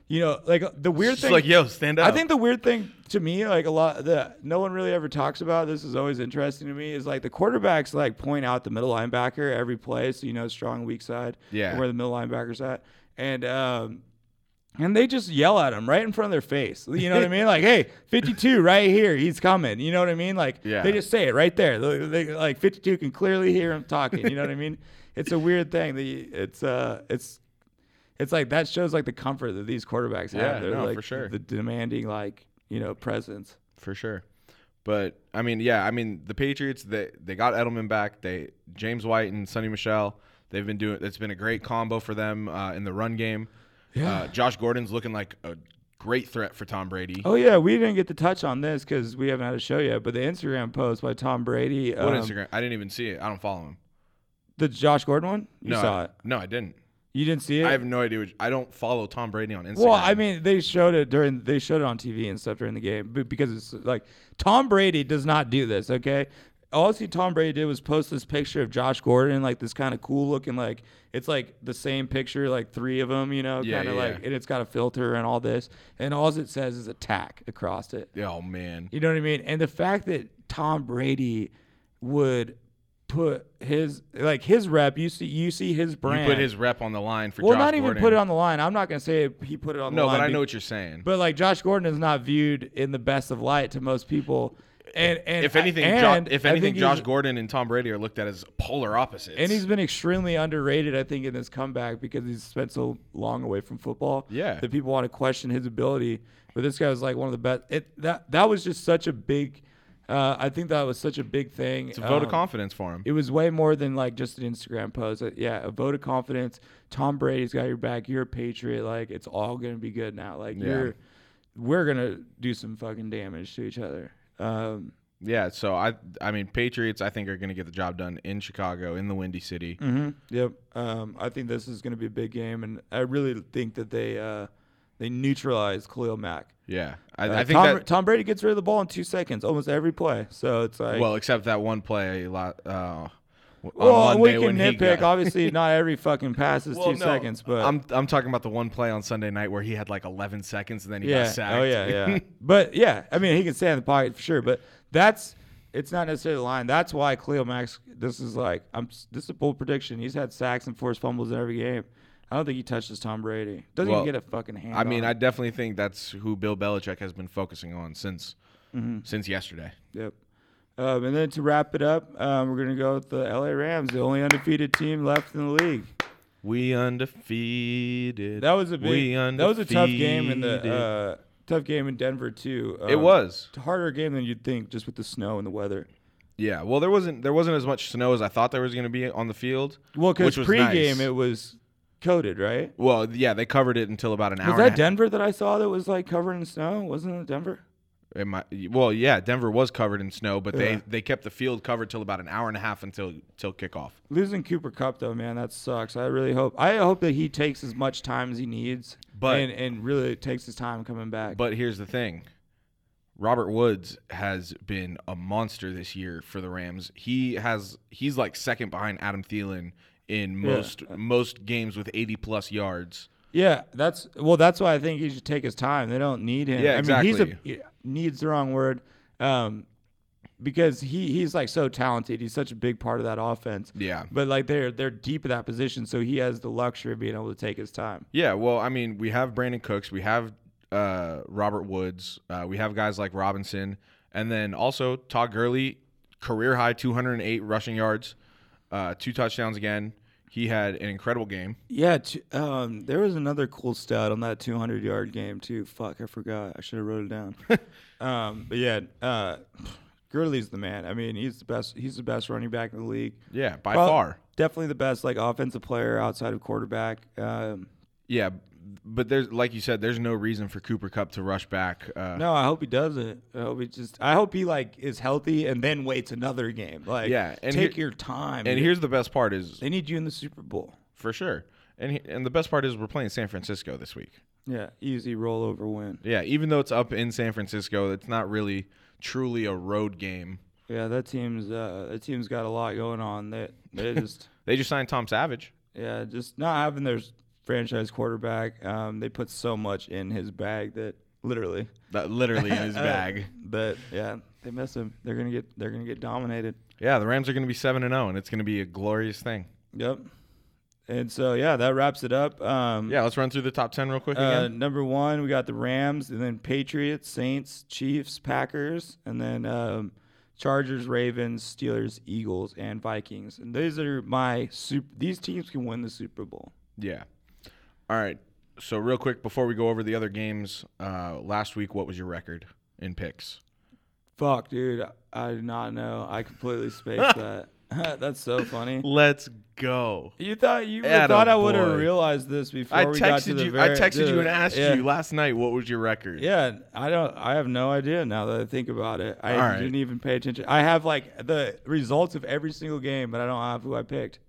C: you know, like the weird
B: just
C: thing.
B: like yo, stand up.
C: I think the weird thing to me, like a lot that no one really ever talks about, this is always interesting to me, is like the quarterbacks like point out the middle linebacker every play, so you know strong weak side,
B: Yeah.
C: where the middle linebacker's at, and um, and they just yell at him right in front of their face. You know what I mean? Like, hey, 52 right here, he's coming. You know what I mean? Like,
B: Yeah.
C: they just say it right there. They- they- like 52 can clearly hear him talking. You know what I mean? It's a weird thing. that you- It's uh, it's it's like that shows like the comfort that these quarterbacks
B: Yeah,
C: have. They're
B: no,
C: like
B: for sure.
C: the demanding like you know presence.
B: for sure. But I mean, yeah, I mean the Patriots. They they got Edelman back. They James White and Sonny Michelle. They've been doing. It's been a great combo for them uh, in the run game. Uh, Josh Gordon's looking like a great threat for Tom Brady.
C: Oh yeah, we didn't get to touch on this because we haven't had a show yet. But the Instagram post by Tom Brady,
B: what
C: um,
B: Instagram? I didn't even see it. I don't follow him.
C: the Josh Gordon one, you
B: no, I-
C: saw it.
B: No, I didn't.
C: You didn't see it.
B: I have no idea. What, I don't follow Tom Brady on Instagram.
C: well, I mean, they showed it during they showed it on TV and stuff during the game, but because it's like Tom Brady does not do this, okay? All I see Tom Brady did was post this picture of Josh Gordon, like this kind of cool looking, like it's like the same picture, like three of them, you know,
B: Yeah,
C: kind of
B: yeah,
C: like,
B: yeah.
C: and it's got a filter and all this, and all it says is attack across it.
B: oh man,
C: You know what I mean? And the fact that Tom Brady would put his like his rep, you see, you see his brand.
B: you put his rep on the line for.
C: well,
B: Josh
C: not even
B: Gordon.
C: put it on the line. I'm not gonna say he put it on
B: No,
C: the line.
B: but I
C: be-
B: know what you're saying.
C: but like Josh Gordon is not viewed in the best of light to most people. And and
B: if anything,
C: and
B: jo- if
C: I
B: anything,
C: think
B: Josh
C: he's-
B: Gordon and Tom Brady are looked at as polar opposites.
C: and he's been extremely underrated, I think, in this comeback because he's spent so long away from football.
B: Yeah.
C: that people want to question his ability, but this guy was like one of the best. It that that was just such a big. Uh, I think that was such a big thing.
B: it's a vote of
C: Um,
B: confidence for him.
C: it was way more than like just an Instagram post. Uh, Yeah, a vote of confidence. Tom Brady's got your back. You're a patriot. Like it's all gonna be good now. Like
B: Yeah.
C: you're, we're gonna do some fucking damage to each other. Um,
B: yeah, so I, I mean, Patriots, I think are going to get the job done in Chicago, in the Windy City. Mm-hmm.
C: Yep. Um, I think this is gonna be a big game, and I really think that they uh, they neutralize Khalil Mack.
B: Yeah, I,
C: Uh,
B: I think
C: Tom,
B: that.
C: Tom Brady gets rid of the ball in two seconds almost every play. So it's like
B: well, except that one play. Lot, uh, on
C: Well, we
B: Monday when
C: can
B: he
C: nitpick.
B: got- *laughs*
C: Obviously, not every fucking pass is
B: Well,
C: two
B: no,
C: seconds, but
B: I'm I'm talking about the one play on Sunday night where he had like 11 seconds and then he
C: yeah.
B: got sacked.
C: Oh yeah, yeah. but yeah, I mean, he can stay in the pocket for sure. But that's it's not necessarily the line. That's why Cleo Max. This is like I'm. s- This is a bold prediction. He's had sacks and forced fumbles in every game. I don't think he touches Tom Brady. Doesn't
B: Well,
C: even get a fucking hand.
B: *laughs* I mean,
C: on
B: I
C: him.
B: definitely think that's who Bill Belichick has been focusing on since
C: Mm-hmm.
B: since yesterday.
C: Yep. Um, and then to wrap it up, um, we're gonna go with the LA Rams, the only undefeated team left in the league.
B: We undefeated.
C: That was a big.
B: We
C: That was a tough game in
B: undefeated.
C: the uh, tough game in Denver too.
B: it
C: Um,
B: was.
C: harder game than you'd think, just with the snow and the weather.
B: Yeah. Well, there wasn't there wasn't as much snow as I thought there was going to be on the field.
C: Well, because
B: which was
C: pregame
B: nice.
C: it was coated, right?
B: Well, yeah, they covered it until about an hour.
C: Was that
B: and a half.
C: Denver that I saw that was like covered in snow? Wasn't it Denver?
B: It might- well, yeah, Denver was covered in snow, but
C: Yeah.
B: they they kept the field covered till about an hour and a half until till kickoff.
C: Losing Cooper Cup though, man, that sucks. I really hope I hope that he takes as much time as he needs,
B: But-
C: and, and really takes his time coming back.
B: But here's the thing. Robert Woods has been a monster this year for the Rams. He has he's like second behind Adam Thielen in most most games with 80 plus yards.
C: Yeah, that's well. That's why I think he should take his time. They don't need him.
B: Yeah,
C: I mean, he's a needs the wrong word, um, because he he's like so talented. He's such a big part of that offense.
B: Yeah.
C: But like they're they're deep in that position, so he has the luxury of being able to take his time.
B: Yeah, well, I mean, we have Brandon Cooks, we have uh, Robert Woods, uh, we have guys like Robinson, and then also Todd Gurley, career high 208 rushing yards, uh, two touchdowns again. He had an incredible game.
C: Yeah. T- um, there was another cool stat on that 200 yard game too. Fuck, I forgot. I should have wrote
B: *laughs*
C: it down. um, but yeah, uh, Gurley's the man. I mean, he's the best. He's the best running back in the league.
B: Yeah, by
C: Prob-
B: far.
C: Definitely the best like offensive player outside of quarterback. Um,
B: Yeah, but there's like you said, there's no reason for Cooper Cup to rush back. Uh,
C: no, I hope he doesn't. I hope he just. I hope he like is healthy and then waits another game. Like,
B: Yeah, and
C: take
B: here-
C: your time.
B: And here's the best part is
C: they need you in the Super Bowl.
B: for sure. And he- and the best part is we're playing San Francisco this week.
C: Yeah, easy rollover win.
B: Yeah, even though it's up in San Francisco, it's not really truly a road game.
C: Yeah, that team's uh, that team's got a lot going on. They they just
B: They just signed Tom Savage.
C: yeah, just not having their franchise quarterback. Um, they put so much in his bag that literally
B: That literally in
C: *laughs* Uh,
B: his bag.
C: But yeah, they miss him. They're gonna get they're gonna get dominated.
B: Yeah, the Rams are going to be 7 and 0 and it's going to be a glorious thing.
C: Yep. And so yeah, that wraps it up. Um,
B: Yeah, let's run through the top 10 real quick
C: Uh,
B: again.
C: number one, we got the Rams, and then Patriots, Saints, Chiefs, Packers, and then um, Chargers, Ravens, Steelers, Eagles, and Vikings. And these are my super. These teams can win the Super Bowl.
B: Yeah. All right. So real quick before we go over the other games, uh, last week what was your record in picks?
C: Fuck, dude, I did not know. I
B: *laughs*
C: completely spaced that. *laughs* That's so funny.
B: Let's go.
C: You thought you really
B: Atta
C: thought I would
B: boy.
C: have realized this before
B: I
C: we got to
B: texted
C: the
B: you. I
C: very-
B: texted you
C: dude,
B: and asked
C: yeah.
B: you last night what was your record.
C: Yeah, I don't. I have no idea now that I think about it. I
B: All right.
C: didn't even pay attention. I have like the results of every single game, but I don't have who I picked.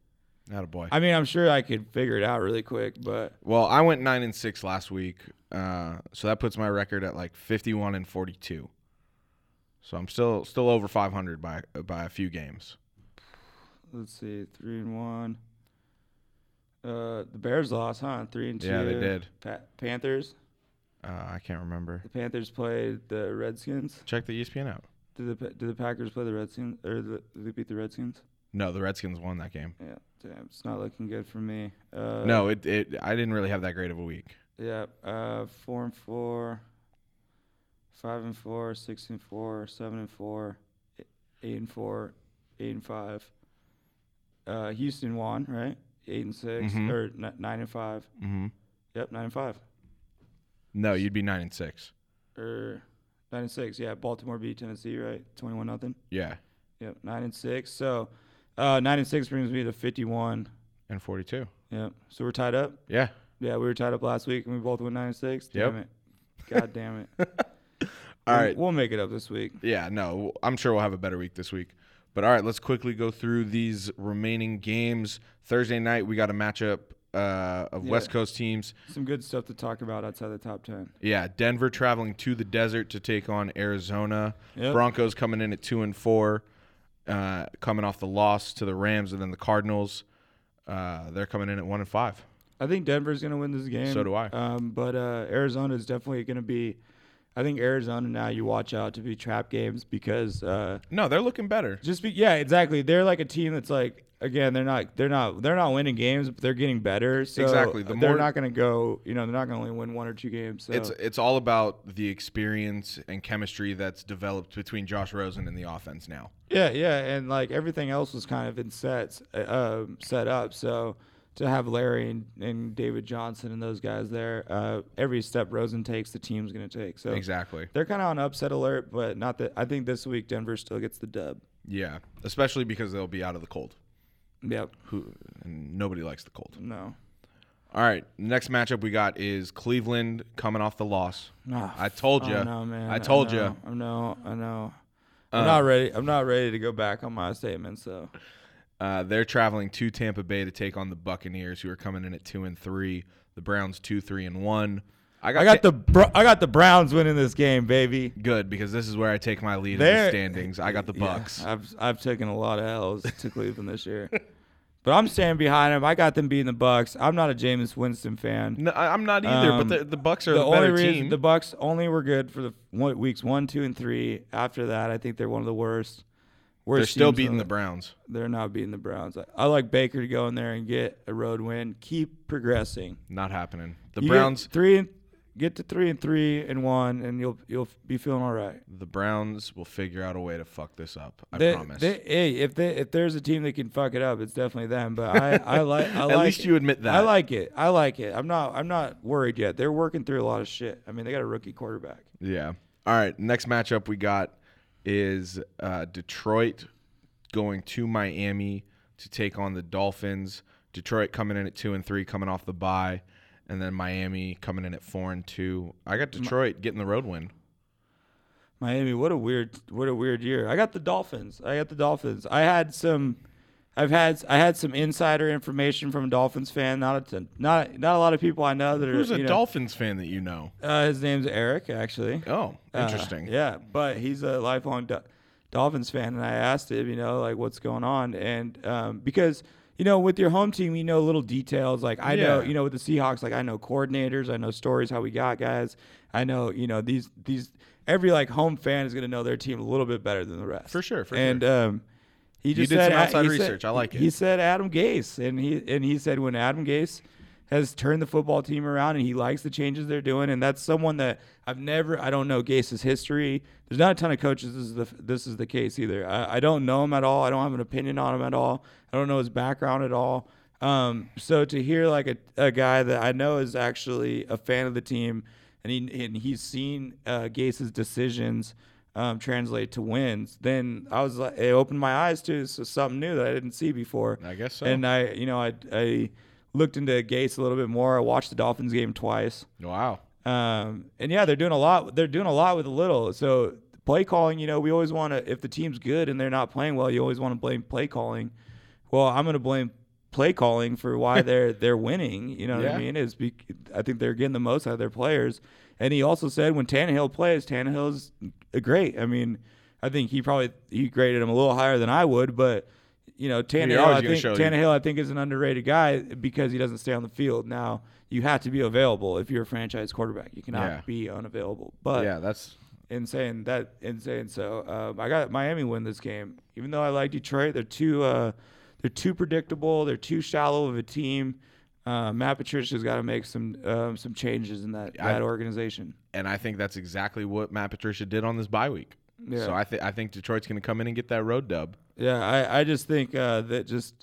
B: Not a boy.
C: I mean, I'm sure I could figure it out really quick, but
B: well, I went nine and six last week, uh, so that puts my record at like fifty-one and forty-two. So I'm still still over five hundred by by a few games.
C: let's see, three and one. Uh, the Bears lost, huh? Three and two.
B: Yeah, they did.
C: Pa- Panthers.
B: Uh, I can't remember.
C: The Panthers played the Redskins.
B: Check the E ESPN out.
C: Did the Pa- did the Packers play the Redskins or the, did they beat the Redskins?
B: No, the Redskins won that game.
C: Yeah, damn, it's not looking good for me. Uh,
B: no, it, it I didn't really have that great of a week.
C: Yeah, uh, four and four, five and four, six and four, seven and four, e- eight and four, eight and five. Uh, Houston won, right? Eight and 6
B: Mhm.
C: or n- nine and five.
B: Mm-hmm.
C: Yep, nine and five
B: No, you'd be nine and six.
C: or Er, nine and six. Yeah, Baltimore beat Tennessee, right? Twenty-one nothing.
B: Yeah,
C: Yep, nine and six. So, uh, nine and six brings me to fifty-one.
B: and forty-two.
C: Yep. So we're tied up.
B: Yeah.
C: Yeah, we were tied up last week, and we both went nine and six. Damn
B: Yep.
C: it. God damn
B: *laughs*
C: it.
B: All
C: We'll-
B: right.
C: We'll make it up this week.
B: Yeah, no, I'm sure we'll have a better week this week. But all right, let's quickly go through these remaining games. Thursday night, we got a matchup uh, of West
C: Yeah.
B: Coast teams.
C: Some good stuff to talk about outside the top 10.
B: Yeah, Denver traveling to the desert to take on Arizona.
C: Yep.
B: Broncos coming in at two and four, uh, coming off the loss to the Rams and then the Cardinals. Uh, they're coming in at one and five.
C: I think Denver's going to win this game.
B: So do I.
C: Um, but uh, Arizona is definitely going to be. I think Arizona now you watch out to be trap games because uh,
B: No, they're looking better.
C: just be yeah exactly they're like a team that's like again they're not they're not they're not winning games but they're getting better so
B: Exactly. The
C: they're
B: more-
C: not going to go you know they're not going to only win one or two games so
B: It's it's all about the experience and chemistry that's developed between Josh Rosen and the offense now.
C: Yeah, yeah, and like everything else was kind of in sets, uh, um, set up. So to have Larry and, and David Johnson and those guys there, uh, every step Rosen takes, the team's going to take. So
B: Exactly.
C: they're kind of on upset alert, but not that. I think this week Denver still gets the dub.
B: Yeah, especially because they'll be out of the cold.
C: Yep.
B: Who and nobody likes the cold.
C: No.
B: All right, next matchup we got is Cleveland coming off the loss.
C: Ah,
B: I told
C: I
B: you.
C: know, man.
B: I told Uh, you.
C: know, I know. I know. I'm not ready. I'm not ready to go back on my statement. So
B: Uh, they're traveling to Tampa Bay to take on the Buccaneers, who are coming in at two and three. The Browns two, three and one. I got,
C: I got
B: ta-
C: the Bro- I got the Browns winning this game, baby.
B: good because this is where I take my lead in the
C: They're-
B: standings. I got the
C: Yeah, Uh,
B: Bucks.
C: I've I've taken a lot of L's to Cleveland this year, *laughs* but I'm standing behind them. I got them beating the Bucks. I'm not a Jameis Winston fan.
B: No, I- I'm not either.
C: Um,
B: but the, the Bucks are
C: the
B: the,
C: only
B: better
C: reason
B: team.
C: the Bucks only were good for the one, weeks one, two, and three. After that, I think they're one of the worst. Worst
B: They're still
C: teams on
B: beating the Browns.
C: They're not beating the Browns. I, I like Baker to go in there and get a road win. Keep progressing.
B: Not happening. The
C: You get
B: Browns.
C: three and get to three and three and one, and you'll you'll be feeling all right.
B: The Browns will figure out a way to fuck this up. I
C: They-
B: promise.
C: they- hey, if they if there's a team that can fuck it up, it's definitely them. But
B: *laughs*
C: I I like I
B: At
C: like
B: least
C: it.
B: you admit that.
C: I like it. I like it. I'm not I'm not worried yet. They're working through a lot of shit. I mean, they got a rookie quarterback.
B: yeah. All right. Next matchup we got is uh, Detroit going to Miami to take on the Dolphins. Detroit coming in at two and three, coming off the bye, and then Miami coming in at four and two. I got Detroit getting the road win.
C: Miami, what a weird what a weird year. I got the Dolphins. I got the Dolphins. I had some I've had I had some insider information from a Dolphins fan. Not a ton, not not a lot of people I know that are
B: Who's a
C: Uh, you know-
B: Dolphins fan that you know?
C: Uh, his name's Eric actually.
B: Oh,
C: Uh,
B: interesting.
C: yeah, but he's a lifelong Do- Dolphins fan, and I asked him, you know, like what's going on, and um, because you know, with your home team, you know little details. Like I know,
B: Yeah.
C: you know, with the Seahawks, like I know coordinators, I know stories how we got guys. I know, you know, these these every like home fan is gonna know their team a little bit better than the rest.
B: For sure, for
C: and um, he just
B: did
C: said
B: some outside
C: he
B: research.
C: Said,
B: I like it.
C: He said Adam Gase, and he and he said when Adam Gase has turned the football team around, and he likes the changes they're doing, and that's someone that I've never. I don't know Gase's history. There's not a ton of coaches. This is the this is the case either. I, I don't know him at all. I don't have an opinion on him at all. I don't know his background at all. Um, so to hear like a, a guy that I know is actually a fan of the team, and he and he's seen uh, Gase's decisions um, translate to wins, then I was like, it opened my eyes to s- something new that I didn't see before.
B: I guess so.
C: And I, you know, I, I looked into Gates a little bit more. I watched the Dolphins game twice.
B: Wow.
C: Um, and yeah, they're doing a lot. They're doing a lot with a little. So play calling, you know, we always want to. If the team's good and they're not playing well, you always want to blame play calling. Well, I'm going to blame play calling for
B: *laughs*
C: why they're they're winning. You know what
B: Yeah.
C: I mean? Is be, I think they're getting the most out of their players. And he also said when Tannehill plays, Tannehill's great. I mean, I think he probably he graded him a little higher than I would, but. You know, Tannehill.
B: always
C: I
B: gonna
C: think
B: show you.
C: Tannehill. Hill, I think, is an underrated guy because he doesn't stay on the field. Now, you have to be available if you're a franchise quarterback. You cannot
B: Yeah.
C: be unavailable. But
B: Yeah, that's
C: in saying that, in saying so, um, I got Miami win this game. Even though I like Detroit, they're too uh, they're too predictable. They're too shallow of a team. Uh, Matt Patricia's got to make some um, some changes in that
B: I-
C: that organization.
B: and I think that's exactly what Matt Patricia did on this bye week.
C: Yeah.
B: So I think I think Detroit's going to come in and get that road dub.
C: Yeah, I, I just think uh, that just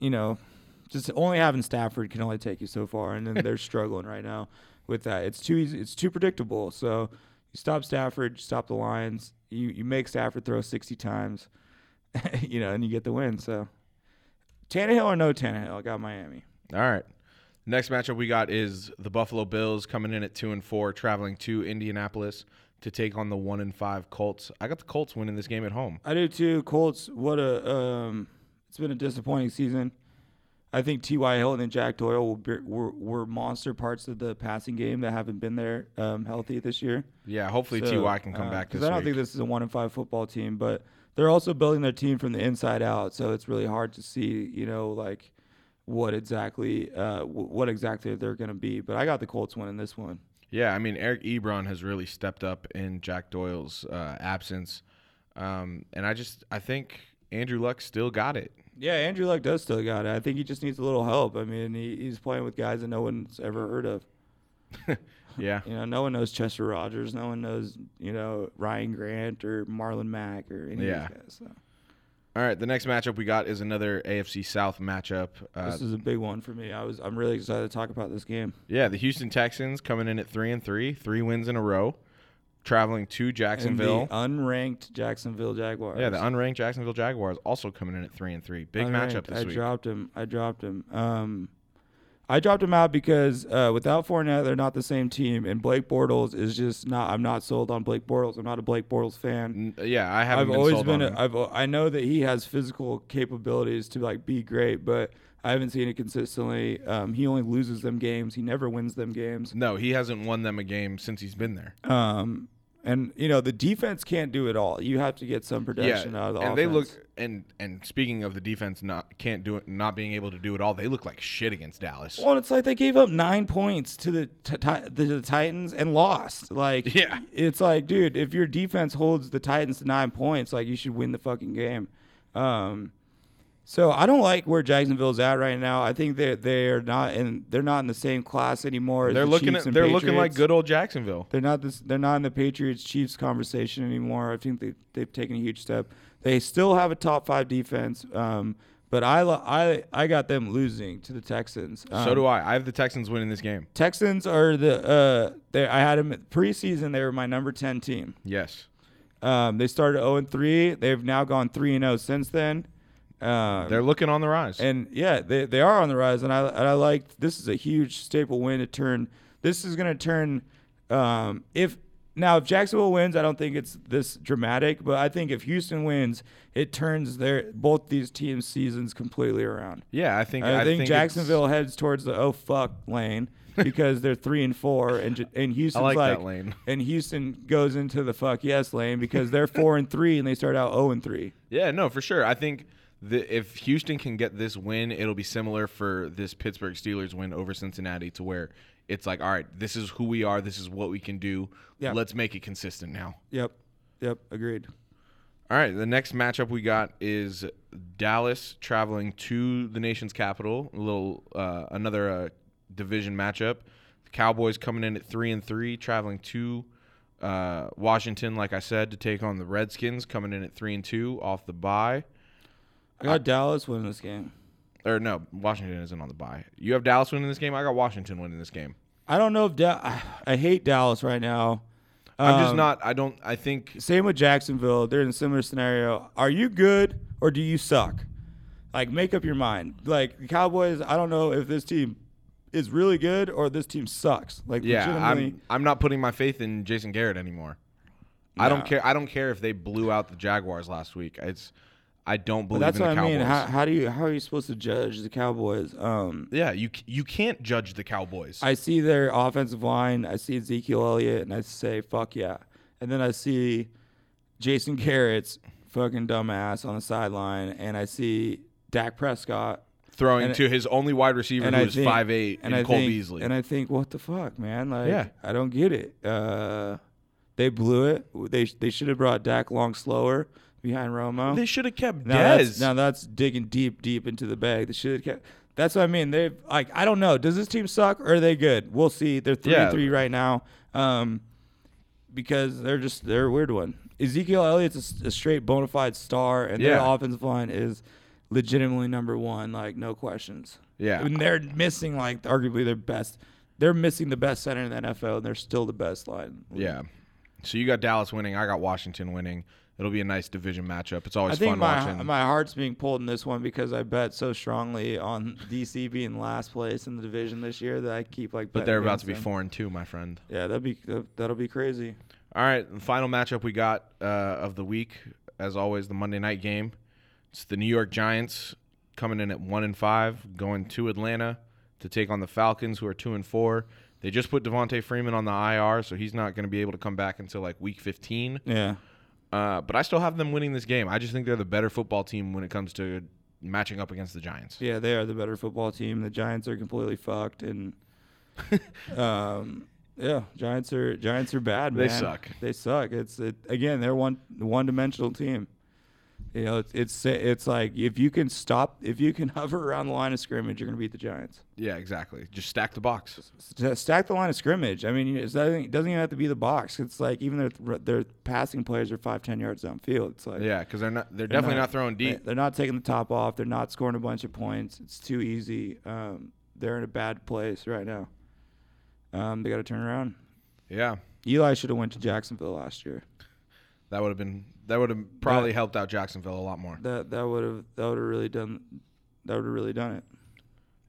C: you know, just only having Stafford can only take you so far, and then they're struggling right now with that. It's too easy. It's too predictable. So you stop Stafford, you stop the Lions. You you make Stafford throw sixty times, *laughs* you know, and you get the win. So Tannehill or no Tannehill, I got Miami.
B: All right. Next matchup we got is the Buffalo Bills coming in at two and four, traveling to Indianapolis to take on the one and five Colts. I got the Colts winning this game at home.
C: I do too. Colts, what a um, it's been a disappointing season. I think T.Y. Hilton and Jack Doyle will be, were, were monster parts of the passing game that haven't been there um, healthy this year.
B: Yeah, hopefully
C: So,
B: Ty can come
C: uh,
B: back this
C: I don't
B: week.
C: think this is a one and five football team, but they're also building their team from the inside out. So it's really hard to see, you know, like what exactly uh, w- what exactly they're going to be. But I got the Colts winning this one.
B: yeah, I mean Eric Ebron has really stepped up in Jack Doyle's uh, absence, um, and I just I think Andrew Luck still got it.
C: Yeah, Andrew Luck does still got it. I think he just needs a little help. I mean, he, he's playing with guys that no one's ever heard of.
B: Yeah,
C: You know, no one knows Chester Rogers. No one knows, you know, Ryan Grant or Marlon Mack or any
B: Yeah.
C: of these guys. So
B: All right, the next matchup we got is another AFC South matchup. Uh,
C: this is a big one for me. I was I'm really excited to talk about this game.
B: yeah, the Houston Texans coming in at three and three, three wins in a row, traveling to
C: And the
B: Jacksonville.
C: unranked Jacksonville Jaguars.
B: yeah, the unranked Jacksonville Jaguars also coming in at three and three. Big matchup
C: Unranked.
B: this
C: I
B: week.
C: dropped him. I dropped him. Um, I dropped him out because uh, without Fournette, they're not the same team. And Blake Bortles is just not. I'm not sold on Blake Bortles. I'm not a Blake Bortles fan.
B: N- yeah, I haven't
C: I've
B: been
C: always
B: sold
C: been.
B: on
C: A,
B: him.
C: I've. I know that he has physical capabilities to like be great, but I haven't seen it consistently. Um, he only loses them games. He never wins them games.
B: No, he hasn't won them a game since he's been there.
C: Um, and you know the defense can't do it all. You have to get some production out of the
B: and
C: offense.
B: they look and and speaking of the defense not can't do it, not being able to do it all, they look like shit against Dallas.
C: Well, it's like they gave up nine points to the t- ti- to the Titans and lost. Like,
B: Yeah.
C: it's like, dude, if your defense holds the Titans to nine points, like you should win the fucking game. Um, so I don't like where Jacksonville's at right now. I think they they are not in they're not in the same class anymore. as
B: They're
C: the
B: looking
C: Chiefs
B: at,
C: and
B: they're looking like
C: Patriots.
B: good old Jacksonville.
C: They're not this. They're not in the Patriots Chiefs conversation anymore. I think they they've taken a huge step. They still have a top five defense, um, but I lo- I I got them losing to the Texans.
B: so do I. I have the Texans winning this game.
C: Texans are the uh, they I had them preseason. They were my number ten team.
B: Yes.
C: Um, they started zero and three. They've now gone three and zero since then. Um,
B: They're looking on the rise.
C: and yeah, they, they are on the rise. And I and I like this is a huge staple win to turn. This is going to turn. Um, if now if Jacksonville wins, I don't think it's this dramatic, but I think if Houston wins, it turns their both these teams' seasons completely around.
B: yeah, I think
C: I, think,
B: it's-
C: Jacksonville heads towards the oh fuck lane because they're three and four, and J- and Houston's
B: like that lane.
C: and Houston goes into the fuck yes lane because they're four and three and they start out zero and three.
B: Yeah, no, for sure. I think the, if Houston can get this win, it'll be similar for this Pittsburgh Steelers win over Cincinnati to where it's like, all right, this is who we are. This is what we can do.
C: Yeah.
B: Let's make it consistent now.
C: Yep, yep, agreed.
B: All right, the next matchup we got is Dallas traveling to the nation's capital. A little uh, another uh, division matchup. The Cowboys coming in at three and three, traveling to uh, Washington, like I said, to take on the Redskins, coming in at three and two off the bye.
C: I got Dallas winning this game.
B: Or no, Washington isn't on the bye. You have Dallas winning this game. I got Washington winning this game.
C: I don't know if da- I, I hate Dallas right now.
B: I'm just
C: Um,
B: not. I don't. I think
C: Same with Jacksonville. They're in a similar scenario. Are you good or do you suck? Like, make up your mind. Like, the Cowboys, I don't know if this team is really good or this team sucks. Like,
B: Yeah,
C: legitimately,
B: I'm I'm not putting my faith in Jason Garrett anymore. I don't care. I don't care if they blew out the Jaguars last week. It's I don't
C: but
B: believe
C: that's
B: in
C: what
B: the
C: I
B: Cowboys.
C: mean. How, how do you how are you supposed to judge the Cowboys? Um,
B: yeah, you c- you can't judge the Cowboys.
C: I see their offensive line. I see Ezekiel Elliott, and I say, "Fuck yeah!" And then I see Jason Garrett's fucking dumbass on the sideline, and I see Dak Prescott,
B: throwing
C: and-
B: to his only wide receiver
C: and
B: who
C: I
B: is
C: think-
B: five eight and,
C: I
B: Cole
C: think-
B: Beasley.
C: and I think, "What the fuck, man? Like,
B: Yeah.
C: I don't get it. Uh, they blew it. They they should have brought Dak long slower behind Romo.
B: they should have kept
C: Now that's,
B: Dez.
C: now that's digging deep, deep into the bag. The shit. ca- That's what I mean. They like I don't know. Does this team suck or are they good? We'll see. They're three
B: Yeah.
C: three right now, um, because they're just they're a weird one. Ezekiel Elliott's a s- a, straight bona fide star, and their
B: Yeah.
C: offensive line is legitimately number one, like no questions.
B: Yeah.
C: and they're missing like arguably their best. They're missing the best center in the NFL, and they're still the best line.
B: yeah. So you got Dallas winning. I got Washington winning. It'll be a nice division matchup. It's always
C: I think
B: fun
C: my
B: watching.
C: my heart's being pulled in this one because I bet so strongly on DC being last place in the division this year that I keep like.
B: but
C: betting
B: they're about
C: against
B: to be
C: them.
B: four and two, my friend.
C: Yeah, that'd be that- that'll be crazy.
B: All right, the final matchup we got uh, of the week, as always, the Monday night game. It's the New York Giants coming in at one and five, going to Atlanta to take on the Falcons, who are two and four. They just put Devontae Freeman on the IR, so he's not going to be able to come back until like week 15.
C: Yeah,
B: Uh, but I still have them winning this game. I just think they're the better football team when it comes to matching up against the Giants.
C: yeah, they are the better football team. The Giants are completely
B: *laughs*
C: fucked, and um, yeah, Giants are Giants are bad.
B: They
C: man.
B: suck.
C: They suck. It's it, again, they're one one dimensional team. You know, it's, it's it's like if you can stop, if you can *laughs* hover around the line of scrimmage, you're gonna beat the Giants.
B: Yeah, exactly. Just stack the box.
C: st- stack the line of scrimmage. I mean, it doesn't, it doesn't even have to be the box. It's like even their th- their passing players are five ten yards downfield. It's like
B: Yeah, because they're not. They're definitely not, throwing deep.
C: They, are not taking the top off. They're not scoring a bunch of points. It's too easy. Um, they're in a bad place right now. Um, they got to turn around.
B: yeah,
C: Eli should have went to Jacksonville last year.
B: that would have been. That would have probably helped out Jacksonville a lot more.
C: That that would have that would have really done that would have really done it.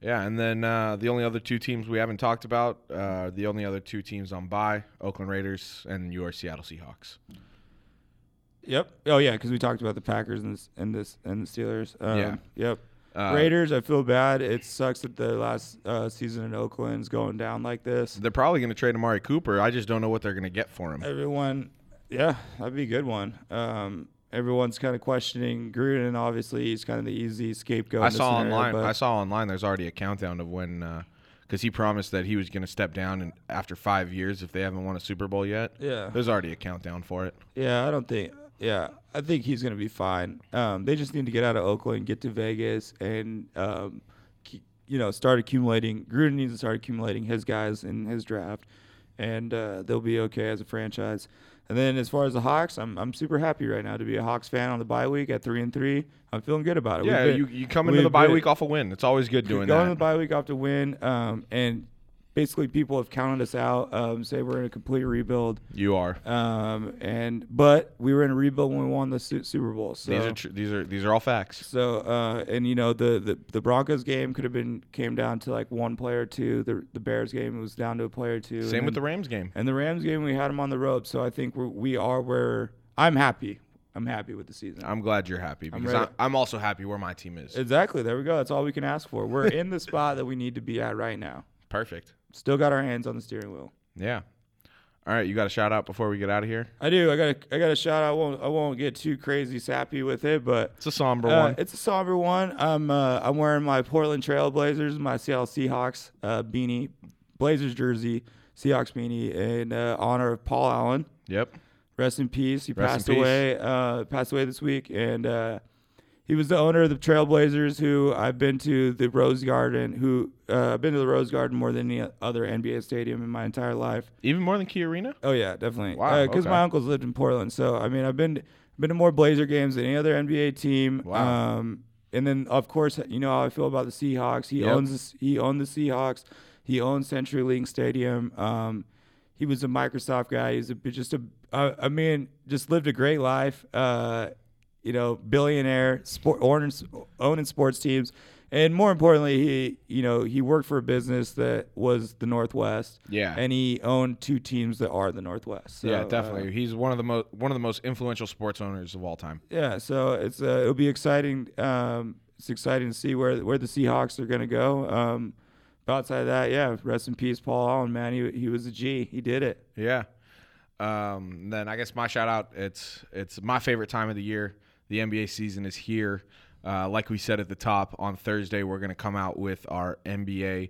B: Yeah, and then uh, the only other two teams we haven't talked about, uh, the only other two teams on bye, Oakland Raiders and your Seattle Seahawks.
C: Yep. Oh yeah, because we talked about the Packers and this and this and the Steelers. Um,
B: Yeah.
C: Yep.
B: Uh,
C: Raiders, I feel bad. It sucks that their last uh, season in Oakland's going down like this.
B: They're probably going to trade Amari Cooper. I just don't know what they're going to get for him.
C: Everyone, yeah, that'd be a good one. Um, everyone's kind of questioning Gruden. Obviously, he's kind of the easy scapegoat.
B: I
C: in this
B: saw
C: scenario,
B: online.
C: but-
B: I saw online. There's already a countdown of when, because he promised that he was going to step down and after five years if they haven't won a Super Bowl yet.
C: Yeah.
B: There's already a countdown for it.
C: Yeah, I don't think. Yeah, I think he's gonna be fine. Um, they just need to get out of Oakland, get to Vegas, and um, ke- you know, start accumulating. Gruden needs to start accumulating his guys in his draft, and uh, they'll be okay as a franchise. And then as far as the Hawks, I'm I'm super happy right now to be a Hawks fan on the bye week at three and three. I'm feeling good about it.
B: Yeah,
C: We've been-
B: you, you come into the
C: we've
B: bye
C: been-
B: week off a win. It's always good doing
C: going
B: that.
C: to the bye week off to win, um, and basically people have counted us out. Um, say we're in a complete rebuild.
B: you are.
C: Um, and but we were in a rebuild when we won the Su- Super Bowl. So
B: These are tr- these are these are all facts.
C: so uh, and you know the, the the Broncos game could have been came down to like one player or two. The the Bears game was down to a player or two. and
B: Same with the
C: then-
B: Rams game.
C: and the Rams game we had them on the rope. So I think we're, we are where I'm happy. I'm happy with the season.
B: I'm glad you're happy because I'm,
C: ready.
B: I'm also happy where my team is.
C: exactly. There we go. That's all we can ask for.
B: *laughs*
C: We're in the spot that we need to be at right now.
B: Perfect.
C: Still got our hands on the steering wheel.
B: Yeah. All right, you got a shout out before we get out of here.
C: I do. I got. I got a shout. out. I won't. I won't get too crazy sappy with it, but
B: It's a somber
C: Uh,
B: one.
C: It's a somber one. I'm uh, I'm wearing my Portland Trailblazers, my Seattle Seahawks uh, beanie, Blazers jersey, Seahawks beanie in uh, honor of Paul Allen.
B: Yep.
C: Rest in peace. He
B: Rest in
C: passed
B: peace.
C: away. Uh, passed away this week, and uh, he was the owner of the Trailblazers, who I've been to the Rose Garden, who uh, I've been to the Rose Garden more than any other NBA stadium in my entire life.
B: Even more than Key Arena?
C: Oh yeah, definitely.
B: Wow,
C: Because
B: okay.
C: my uncles lived in Portland, so I mean, I've been been to more Blazer games than any other NBA team.
B: Wow.
C: Um, and then of course, you know how I feel about the Seahawks. He
B: Yep.
C: owns this, he owned the Seahawks. He owns CenturyLink Stadium. Um, he was a Microsoft guy. He's a, just a I- I mean, just lived a great life. Uh, you know, billionaire, sport owning, owning sports teams, and more importantly, he you know he worked for a business that was the Northwest.
B: Yeah.
C: and he owned two teams that are the Northwest. So,
B: yeah,
C: uh,
B: definitely. He's one of the most one of the most influential sports owners of all time.
C: yeah, so it's uh, it'll be exciting. Um, it's exciting to see where where the Seahawks are gonna go. Um, but outside of that, yeah, rest in peace, Paul Allen. Man, he he was a G. He did it.
B: Yeah. Um, then I guess my shout out. It's it's my favorite time of the year. The NBA season is here. Uh, like we said at the top, on Thursday we're going to come out with our NBA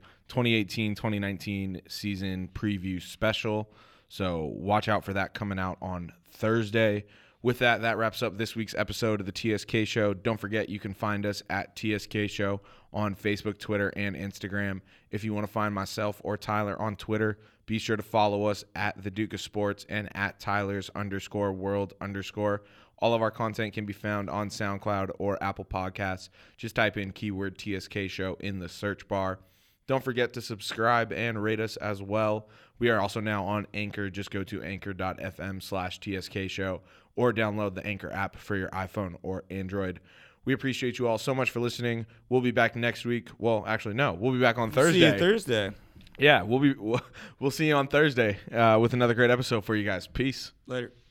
B: 2018-2019 season preview special. So watch out for that coming out on Thursday. With that, that wraps up this week's episode of the TSK Show. Don't forget, you can find us at TSK Show on Facebook, Twitter, and Instagram. If you want to find myself or Tyler on Twitter, be sure to follow us at the Duke of Sports and at Tyler's underscore world underscore. All of our content can be found on SoundCloud or Apple Podcasts. Just type in keyword TSK Show in the search bar. Don't forget to subscribe and rate us as well. We are also now on Anchor. Just go to anchor.fm slash TSK show or download the Anchor app for your iPhone or Android. We appreciate you all so much for listening. We'll be back next week. Well, actually, no, we'll be back on Thursday.
C: See you Thursday.
B: *laughs* yeah, we'll be we'll, we'll see you on Thursday uh, with another great episode for you guys. Peace.
C: Later.